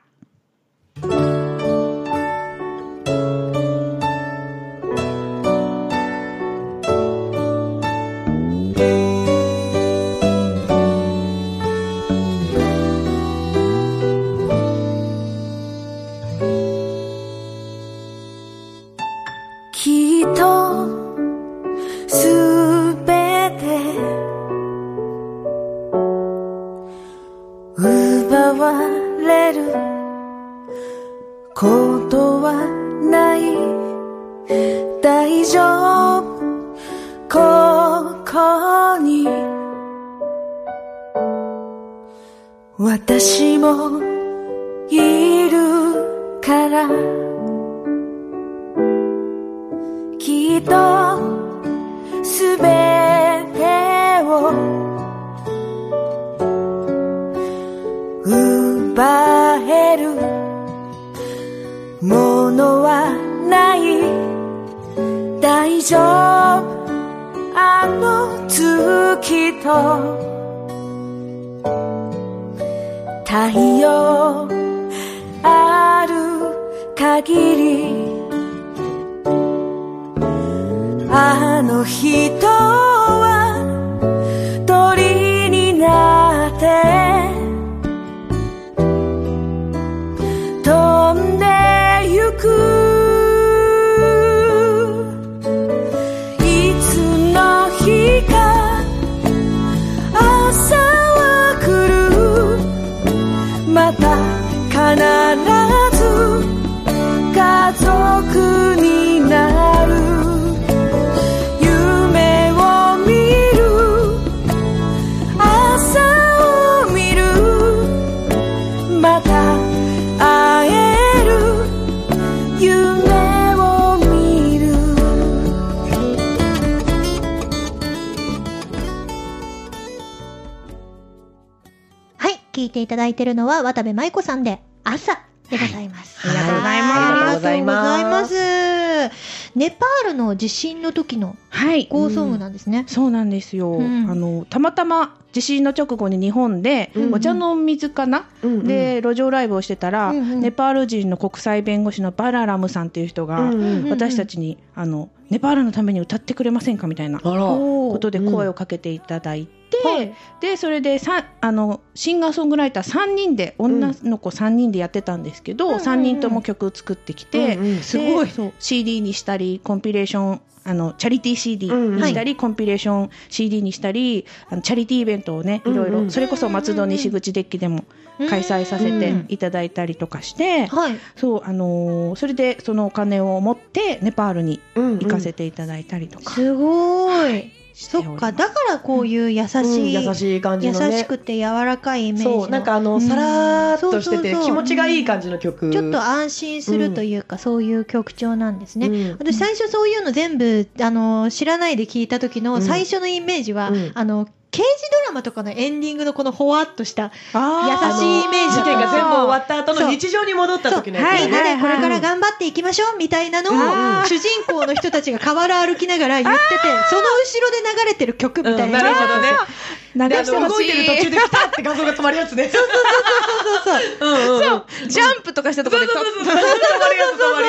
Speaker 4: こに私もいるからきっとすべてを奪えるものはない大丈夫あの月と太陽ある限りあの人は鳥になって飛んでゆくいつの日か朝は来るまた必ず家族になる夢を見る朝を見るまた会える夢を見る
Speaker 1: はい、聞いていただいてるのは渡部舞子さんで朝でございます。
Speaker 2: はいありがとうございます
Speaker 1: はありがとうございま
Speaker 2: あ
Speaker 1: す。ネパールの地震の時の
Speaker 3: はい
Speaker 1: ゴーソングなんですね。
Speaker 3: そうなんですよ、
Speaker 1: うん
Speaker 3: あのたまたま地震の直後に日本で、
Speaker 2: うんうん
Speaker 3: お茶の水かな、
Speaker 2: うんうん
Speaker 3: で路上ライブをしてたら、
Speaker 1: うんうん
Speaker 3: ネパール人の国際弁護士のバララムさんっていう人が、
Speaker 2: うんうん
Speaker 1: うん
Speaker 3: 私たちにあのネパールのために歌ってくれませんかみたいな
Speaker 2: あら
Speaker 1: おー
Speaker 3: ことで声をかけていただいて、
Speaker 1: はい
Speaker 3: でそれでさあのシンガーソングライター3人で女の子3人でやってたんですけど、
Speaker 1: うんうん
Speaker 3: 3人とも曲を作ってきて、
Speaker 2: うんうん
Speaker 3: です
Speaker 2: ごい
Speaker 3: そう CD にしたりコンピレーションあのチャリティー CD
Speaker 2: うん
Speaker 3: にしたり、コンピレーション CD にしたりあのチャリティーイベントをねいろい
Speaker 2: うんう
Speaker 3: ろ
Speaker 2: ん
Speaker 3: それこそ松戸西口デッキでも開催させていただいたりとかして、
Speaker 1: はい。
Speaker 3: そうあのーそれでそのお金を持ってネパールに行かせていただいたりとか、
Speaker 1: すごい。
Speaker 3: してお
Speaker 1: そ
Speaker 3: り
Speaker 1: っ
Speaker 3: ます
Speaker 1: か、だからこういう優
Speaker 2: うん
Speaker 1: しい、
Speaker 2: 優しい感じ
Speaker 1: 優
Speaker 2: のね
Speaker 1: しくて柔らかいイメージの
Speaker 2: そうなんかあのさらーっとしてて
Speaker 1: うんそうそうそう
Speaker 2: 気持ちがいい感じの曲
Speaker 1: ちょっと安心するというか、そういう曲調なんですね。
Speaker 2: うん
Speaker 1: 私最初そういうの全部あの知らないで聞いた時
Speaker 2: う
Speaker 1: の
Speaker 2: ん
Speaker 1: 最初のイメージは、
Speaker 2: うん
Speaker 1: あの刑事ドラマとかのエンディングのこのほわっとした
Speaker 3: あー
Speaker 1: 優しいイメージ
Speaker 2: 事件が全部終わった後
Speaker 1: そ
Speaker 2: の
Speaker 1: う
Speaker 2: 日常に戻った時のやつ
Speaker 3: は
Speaker 1: み
Speaker 3: い
Speaker 1: んな
Speaker 3: は
Speaker 1: で
Speaker 3: い
Speaker 1: これから頑張っていきましょうみたいなのを
Speaker 2: あー
Speaker 1: 主人公の人たちが河原歩きながら言っててその後ろで流れてる曲み
Speaker 2: うん
Speaker 1: たいな。
Speaker 2: なるほどね
Speaker 3: 流
Speaker 2: であ
Speaker 3: して
Speaker 2: の
Speaker 3: ほ
Speaker 2: 動
Speaker 3: し
Speaker 2: いてる途中でピタッて画像が止まるやつねそうそうそうそうそうそう
Speaker 3: ジャンプとかしたところで
Speaker 2: そうそうそう止まるや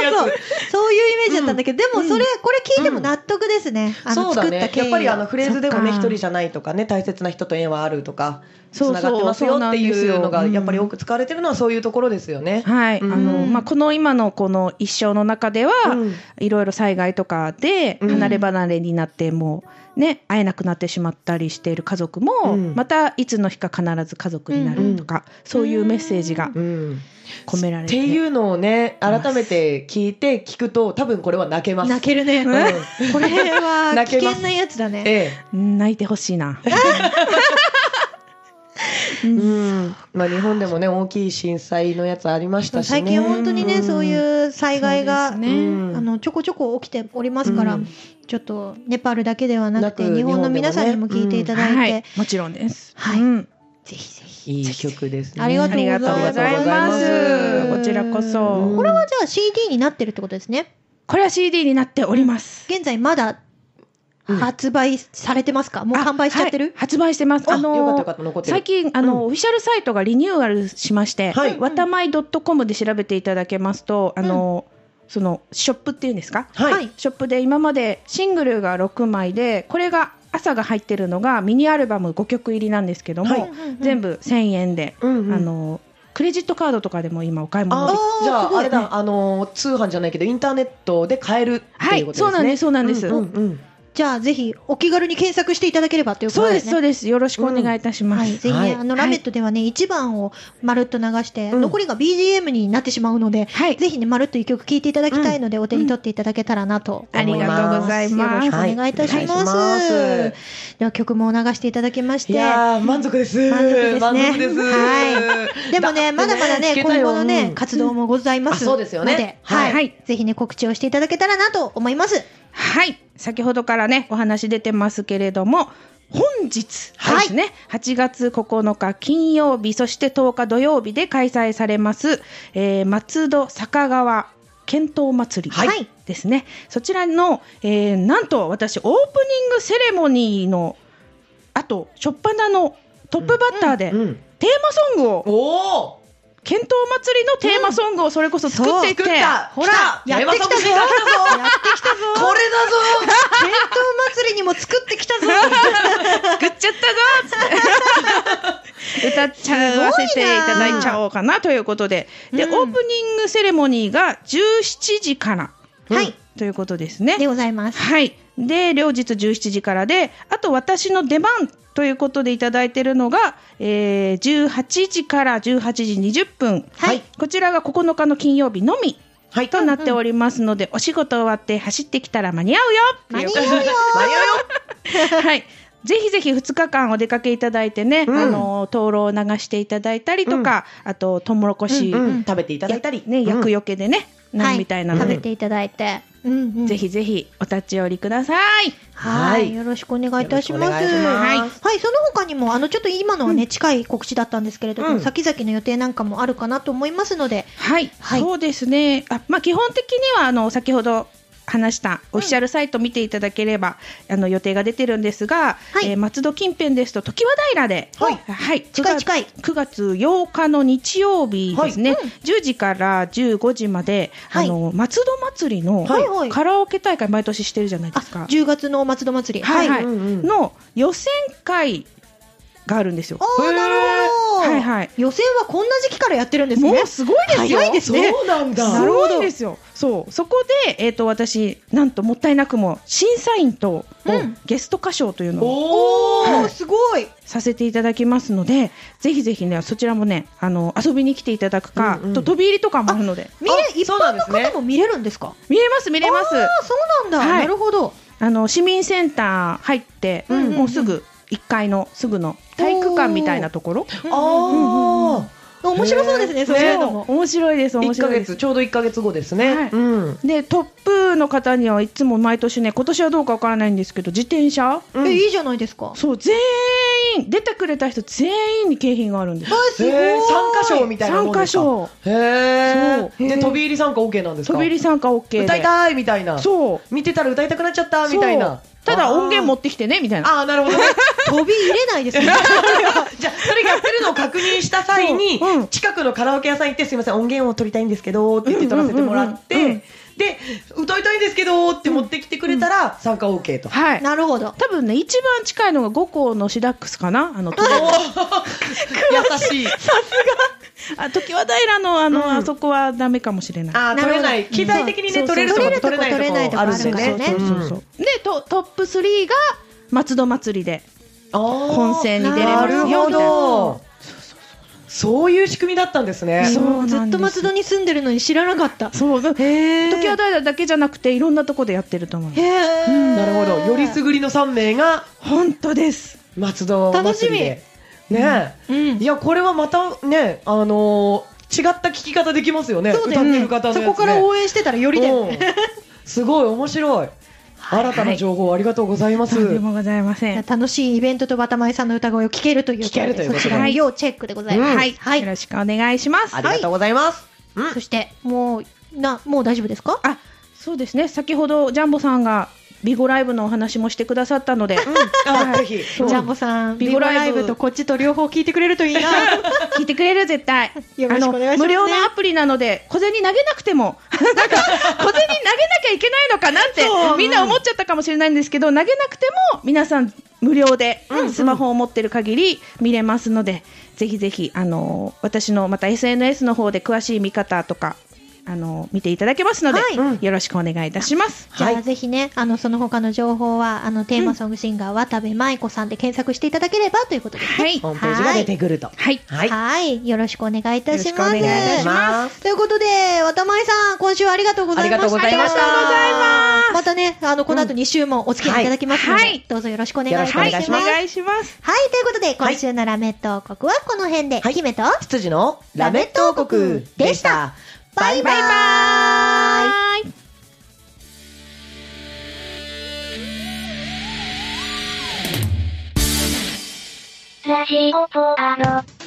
Speaker 2: つ止まるやつ
Speaker 1: そういうイメージだったんだけど、でもそれ、これ聞いても納得ですね。あ
Speaker 2: そ
Speaker 1: の
Speaker 2: うだ
Speaker 1: 作った
Speaker 2: ね
Speaker 1: 経緯
Speaker 2: やっぱりあのフレーズでもね
Speaker 3: そ
Speaker 2: 一
Speaker 3: っか
Speaker 2: 人じゃないとかね大切な人と縁はあるとかつ
Speaker 3: そうそう
Speaker 2: ながってますよってい
Speaker 3: そうなんです
Speaker 2: う
Speaker 3: よ
Speaker 2: のが
Speaker 3: うん
Speaker 2: やっぱり多く使われてるのはそういうところですよね。
Speaker 3: はい、
Speaker 2: うん
Speaker 3: あのまあ、この今のこの一生の中では、
Speaker 2: うん
Speaker 3: いろいろ災害とかで
Speaker 2: うん
Speaker 3: 離れ離れになってもう、ね、会えなくなってしまったりしている家族も、
Speaker 2: うん
Speaker 3: またいつの日か必ず家族になるとか、そういうメッセージが
Speaker 2: うん
Speaker 3: 込めら
Speaker 2: っ
Speaker 3: れ
Speaker 2: て
Speaker 3: て
Speaker 2: いうのをね改めて聞いて聞くと多分これは泣けます。
Speaker 1: 泣けるね。
Speaker 2: うん
Speaker 1: これは
Speaker 2: 泣
Speaker 1: 危
Speaker 2: けます
Speaker 1: 険なやつだね。
Speaker 2: え
Speaker 3: うん泣いてほしいな。
Speaker 2: え、うんまあ日本でもね大きい震災のやつありましたしね。
Speaker 1: 最近本当にね、そういう災害が、
Speaker 3: そうです
Speaker 2: うん
Speaker 1: あのちょこちょこ起きておりますから、
Speaker 2: うん
Speaker 1: ちょっとネパールだけではなくて
Speaker 2: なく
Speaker 1: 日本の皆さんにも聞いていただいて、
Speaker 3: はい、もちろんです。
Speaker 1: はい
Speaker 3: うん
Speaker 1: ぜひぜひ。
Speaker 2: いい曲ですね。
Speaker 1: ありがと
Speaker 3: あ
Speaker 1: う
Speaker 3: りがとうござい
Speaker 2: あ
Speaker 3: ま
Speaker 2: りがとうござい
Speaker 3: す。
Speaker 2: ま
Speaker 3: こちらこそ、
Speaker 2: うん
Speaker 1: これはじゃあ CD になってるってことですね。
Speaker 3: これは CD になっております。
Speaker 1: 現在まだ
Speaker 2: うん
Speaker 1: 発売されてますか？もう完売しちゃって
Speaker 3: あはい
Speaker 1: る？
Speaker 3: 発売してます。
Speaker 2: あ
Speaker 3: あのー
Speaker 2: よかったよかった残ってる。
Speaker 3: 最近あの、
Speaker 2: うん
Speaker 3: オフィシャルサイトがリニューアルしまして、
Speaker 2: はい
Speaker 3: わたまい .com で調べていただけますと、あのそのショップっていうんですか、
Speaker 2: はい、
Speaker 1: はい
Speaker 3: ショップで今までシングルが6枚でこれが朝が入ってるのがミニアルバム5曲入りなんですけども、
Speaker 2: はい
Speaker 3: 全部1000円で、
Speaker 2: うんうん
Speaker 3: あのクレジットカードとかでも今お買い物
Speaker 2: あ
Speaker 3: で
Speaker 2: ーじゃ
Speaker 1: すご
Speaker 2: あ
Speaker 1: い
Speaker 2: あれだあのー通販じゃないけどインターネットで買えるって
Speaker 3: は
Speaker 2: いう
Speaker 3: い
Speaker 2: ことですね。
Speaker 3: そうなんですそうなんです、
Speaker 2: うんうんうん
Speaker 1: じゃあぜひお気軽に検索していただければということ
Speaker 3: そう
Speaker 1: で
Speaker 3: ですす、
Speaker 1: ね。
Speaker 3: そう
Speaker 1: で
Speaker 3: です。よろしくお願いいたします。
Speaker 1: はい、ぜひね、
Speaker 2: はい
Speaker 1: あの、
Speaker 3: はい
Speaker 1: ラメットではね、1番をまるっと流して、
Speaker 2: うん
Speaker 1: 残りが BGM になってしまうので、
Speaker 3: はい
Speaker 1: ぜひね、まるっと1曲聴いていただきたいので、お手に取っていただけたらなと
Speaker 3: あ
Speaker 1: 思
Speaker 3: り
Speaker 1: います。
Speaker 3: がとうございます。
Speaker 1: よろしくお願いいたします。
Speaker 2: はいお願いします
Speaker 1: では曲も流していただきまし
Speaker 2: い
Speaker 1: て、
Speaker 2: やー満足です
Speaker 1: 満足ですね
Speaker 2: 満足です
Speaker 1: はい。でもね、まだまだね、
Speaker 2: 聞け
Speaker 1: 今
Speaker 2: たよ
Speaker 1: 後のね
Speaker 2: う、ん
Speaker 1: 活動もございま
Speaker 2: あ
Speaker 1: す。
Speaker 2: そうですよね
Speaker 1: ので
Speaker 2: は
Speaker 1: はいい、
Speaker 3: はい
Speaker 1: ぜひね、告知をしていただけたらなと思います。
Speaker 3: はい。先ほどからね、お話出てますけれども、本日
Speaker 1: はい
Speaker 3: ですね、8月9日金曜日、そして10日土曜日で開催されます、えー松戸坂川剣闘祭り。
Speaker 1: はいはい
Speaker 3: ですね。そちらの、えーなんと私、オープニングセレモニーの、あと、初っ端のトップバッターで、
Speaker 2: うん
Speaker 3: テーマソングを、
Speaker 2: おお
Speaker 3: 剣闘祭りのテーマソングをそれこそ作っていって、
Speaker 2: 作った
Speaker 1: ほら
Speaker 2: 来た
Speaker 1: やってきたぞ
Speaker 2: テーマソング新刊だぞ
Speaker 1: やってきたぞ
Speaker 2: これだぞ
Speaker 1: 伝統祭りにも作ってきたぞ
Speaker 3: 食っちゃったぞつって 歌っちゃわせていただいちゃおうかなということでで、
Speaker 1: うん
Speaker 3: オープニングセレモニーが17時から
Speaker 1: はい、
Speaker 3: ということですね
Speaker 1: で。ございます。
Speaker 3: はいで両日17時からであと私の出番ということでいただいてるのが、えー18時から18時20分、
Speaker 1: はい
Speaker 3: こちらが9日の金曜日のみ
Speaker 2: はい
Speaker 3: となっておりますので、お仕事終わって走ってきたら間に合うよ
Speaker 1: 間に合う
Speaker 3: ということで
Speaker 1: よ
Speaker 2: 間に合うよ
Speaker 3: はい。ぜひぜひ2日間お出かけいただいてね、
Speaker 2: うん
Speaker 3: あの、灯籠を流していただいたりとか、あと、トウモロコシ、
Speaker 2: うん
Speaker 3: や
Speaker 2: 食べていただいたり
Speaker 3: ね、
Speaker 2: うん
Speaker 3: 厄よけでね、な
Speaker 1: は
Speaker 3: ん
Speaker 1: い
Speaker 3: みたいなの
Speaker 1: 食
Speaker 3: で、
Speaker 1: べていただいて、うんうん
Speaker 3: ぜひぜひお立ち寄りください。
Speaker 1: は
Speaker 2: はい
Speaker 1: い、よろしくお願いいたします。
Speaker 2: よろしくお願いし
Speaker 1: は
Speaker 2: ま
Speaker 1: い
Speaker 2: す、
Speaker 1: はい、その他にも、あの、ちょっと今のはね、近い告知だったんですけれども、
Speaker 2: うん
Speaker 1: 先々の予定なんかもあるかなと思いますので、
Speaker 3: はい。
Speaker 1: はい
Speaker 3: そうですね。あ、まあ、基本的には、あの、先ほど、話したオフィシャルサイト見ていただければ、あの予定が出てるんです
Speaker 1: は
Speaker 3: が、
Speaker 1: い
Speaker 3: えー松戸近辺ですと常盤平で、
Speaker 1: はい
Speaker 3: はい、
Speaker 1: 近い近い。
Speaker 3: 9月8日の日曜日ですね、
Speaker 1: はいうん
Speaker 3: 10時から15時まで、
Speaker 1: はい
Speaker 3: あの松戸祭りの
Speaker 1: はいはい
Speaker 3: カラオケ大会毎年してるじゃない
Speaker 1: あ、
Speaker 3: ですか、
Speaker 1: 10月の松戸祭り。
Speaker 3: はいはい
Speaker 2: うんうん
Speaker 3: の予選会があるんですよ。
Speaker 1: ああ、なるほど。
Speaker 3: はいはい
Speaker 1: 予選はこんな時期からやってるんですね。
Speaker 3: もうすごいですよ
Speaker 1: 早いですね。
Speaker 2: そうなんだ
Speaker 1: な
Speaker 3: す
Speaker 1: るほど
Speaker 3: ごいですよ。そう、そこで、えっ、と、私、なんともったいなくも、審査員と、
Speaker 1: うん
Speaker 3: ゲスト歌唱というのを
Speaker 1: お
Speaker 2: おお
Speaker 1: ーすごい。
Speaker 3: させていただきますので、ぜひぜひね、そちらもね、あの、遊びに来ていただくか、
Speaker 2: うんうん
Speaker 3: と飛び入りとかもあるので、
Speaker 1: 見れ
Speaker 2: あ
Speaker 1: 一
Speaker 2: そうな
Speaker 1: 般
Speaker 2: ん
Speaker 1: の
Speaker 2: ですね
Speaker 1: 方も見れるんですか。
Speaker 3: 見れます、見れます。
Speaker 1: あ、そうなんだ。
Speaker 3: はい
Speaker 1: なるほど。
Speaker 3: あの市民センター入って、
Speaker 1: うんうんうん
Speaker 3: もうすぐ1階のすぐの体育館みたいなところ
Speaker 2: あ
Speaker 1: あ、面白そうですね。そういうのも。
Speaker 3: 面白いです
Speaker 2: あ
Speaker 3: 面
Speaker 2: 一ヶ
Speaker 3: 白いです
Speaker 2: 月ちょうど一ヶ月後ですね、
Speaker 3: はい
Speaker 2: うん
Speaker 3: でトップの方にはいつも毎年ね今年はどうかわからないんですけど自転車
Speaker 2: うん
Speaker 1: え、いいじゃないですか。
Speaker 3: そう全員出てくれた人全員に景品があるんです
Speaker 1: あ、すごい。
Speaker 2: へー参加賞みたいなもん
Speaker 3: 参
Speaker 2: で
Speaker 3: 加
Speaker 2: すか
Speaker 3: 賞
Speaker 2: へえ
Speaker 1: そう
Speaker 2: で飛び入り参加 OK なんですか
Speaker 3: 飛び入り参加 OK で
Speaker 2: 歌いたいみたいな
Speaker 3: そう
Speaker 2: 見てたら歌いたくなっちゃったみたいな
Speaker 3: そうただ音源持
Speaker 2: も
Speaker 3: ってきてねみたいな
Speaker 2: あーあーなるほどね
Speaker 1: 飛び入れないですね。
Speaker 2: じゃあそれやってるのを確認した際に、
Speaker 3: そううん
Speaker 2: 近くのカラオケ屋さん行ってすいません音源を取りたいんですけどって言って取らせてもらって、
Speaker 3: うんうんうんうん
Speaker 2: で歌いたいんですけどって持ってきてくれたら参加 OK と、
Speaker 3: はい
Speaker 1: なるほど。
Speaker 3: 多分ね一番近いのが5校のシダックスかなあの
Speaker 2: 優しい
Speaker 3: あ常盤平のあの、
Speaker 2: うん
Speaker 3: あそこはダメかもしれない
Speaker 2: あ
Speaker 1: な
Speaker 2: ー
Speaker 1: るほど
Speaker 2: 取れない機材的にね
Speaker 3: うん
Speaker 2: 取れるとこと取
Speaker 1: 取
Speaker 2: れな
Speaker 1: れると
Speaker 2: いとこ
Speaker 1: こ
Speaker 2: あるん
Speaker 1: 取
Speaker 2: で
Speaker 1: れないとこあるんだ
Speaker 2: ね
Speaker 1: よね
Speaker 3: そうそうそうでトトップ3が松戸祭りで
Speaker 2: 本
Speaker 3: 本戦に出れ
Speaker 1: な
Speaker 3: ま
Speaker 1: る
Speaker 3: す
Speaker 1: ほ
Speaker 3: よみたいな
Speaker 2: どそういう仕組みだったんですね
Speaker 3: そうなんです
Speaker 1: ずっと松戸に住んでるのに知らなかった。
Speaker 3: そうだ常
Speaker 2: へー
Speaker 3: 盤平だけじゃなくていろんなとこでやってると思います
Speaker 1: へ
Speaker 3: うん
Speaker 1: え。
Speaker 2: なるほどよりすぐりの3名が
Speaker 3: 本当です
Speaker 2: 松戸祭りでねえ、
Speaker 1: うん
Speaker 2: いやこれはまたねあのー違った聞き方できますよね
Speaker 1: そうだ
Speaker 2: 歌っ
Speaker 1: よ
Speaker 2: て
Speaker 1: ね
Speaker 2: る方のやつ、
Speaker 1: そ
Speaker 2: ね、
Speaker 1: こから応援してたらよりだよね。
Speaker 2: うんすごい面白い新たな情報ありがとうございます、
Speaker 3: とんでもございませんは
Speaker 1: 楽しいイベントとバタマイさんの歌声を聴けるという
Speaker 2: 聞けるということで
Speaker 1: そちらも要チェックでございます。
Speaker 3: い、
Speaker 1: はい
Speaker 3: よろしくお願いします
Speaker 2: ありがとうございます、うん
Speaker 1: そしてもうなもう大丈夫ですか？
Speaker 3: あそうですね先ほどジャンボさんがビゴライブのお話もしてくださったので、
Speaker 2: あぜひ
Speaker 1: ジャンボさんビ
Speaker 3: ビゴ
Speaker 1: ゴ
Speaker 3: ラ
Speaker 1: ラ
Speaker 3: イ
Speaker 1: イ
Speaker 3: ブ
Speaker 1: ブとこっちと両方聞いてくれると いいな。
Speaker 3: 聞いてくれる絶対
Speaker 1: よろしくお願いしますね
Speaker 3: あの無料のアプリなので小銭投げなく てもなんか小銭投げなきゃいけないのかなって
Speaker 2: そう
Speaker 3: みんな思っちゃったかもしれないんですけど投げなくても皆さん無料でスマホを持ってる限り見れますので、ぜひぜひあの私のまた SNS の方で詳しい見方とかあの見ていただけますので、
Speaker 1: はい
Speaker 2: うん
Speaker 3: よろしくお願いいたします。
Speaker 1: じゃ
Speaker 2: は
Speaker 1: あ
Speaker 2: い
Speaker 1: ぜひね、あの、その他の情報は、あの、テーマソングシンガー渡部舞子さんで検索していただければということですね。
Speaker 3: はい、
Speaker 2: ホームページが出てくると。
Speaker 3: はい、
Speaker 2: はい。
Speaker 1: はい。よろしくお願いいたします。
Speaker 2: よろしくお願いいたします
Speaker 1: ということで、渡舞さん、今週はありがとうございました。
Speaker 2: ありがとうございました
Speaker 1: ありがとうございます。またね、あの、この後2週もお付き合いいただきますので、
Speaker 3: うんはい
Speaker 1: どうぞよろしくお願いいたし
Speaker 2: よ
Speaker 1: ま
Speaker 2: ろ
Speaker 1: す。
Speaker 2: しくお願いし
Speaker 1: はい、
Speaker 3: いします。
Speaker 1: ということで、今週のラメット王国はこの辺で、
Speaker 2: はい
Speaker 1: 姫と、
Speaker 2: 羊のラメット王国でした。バイバイ
Speaker 3: はい。
Speaker 5: ラジオポアド。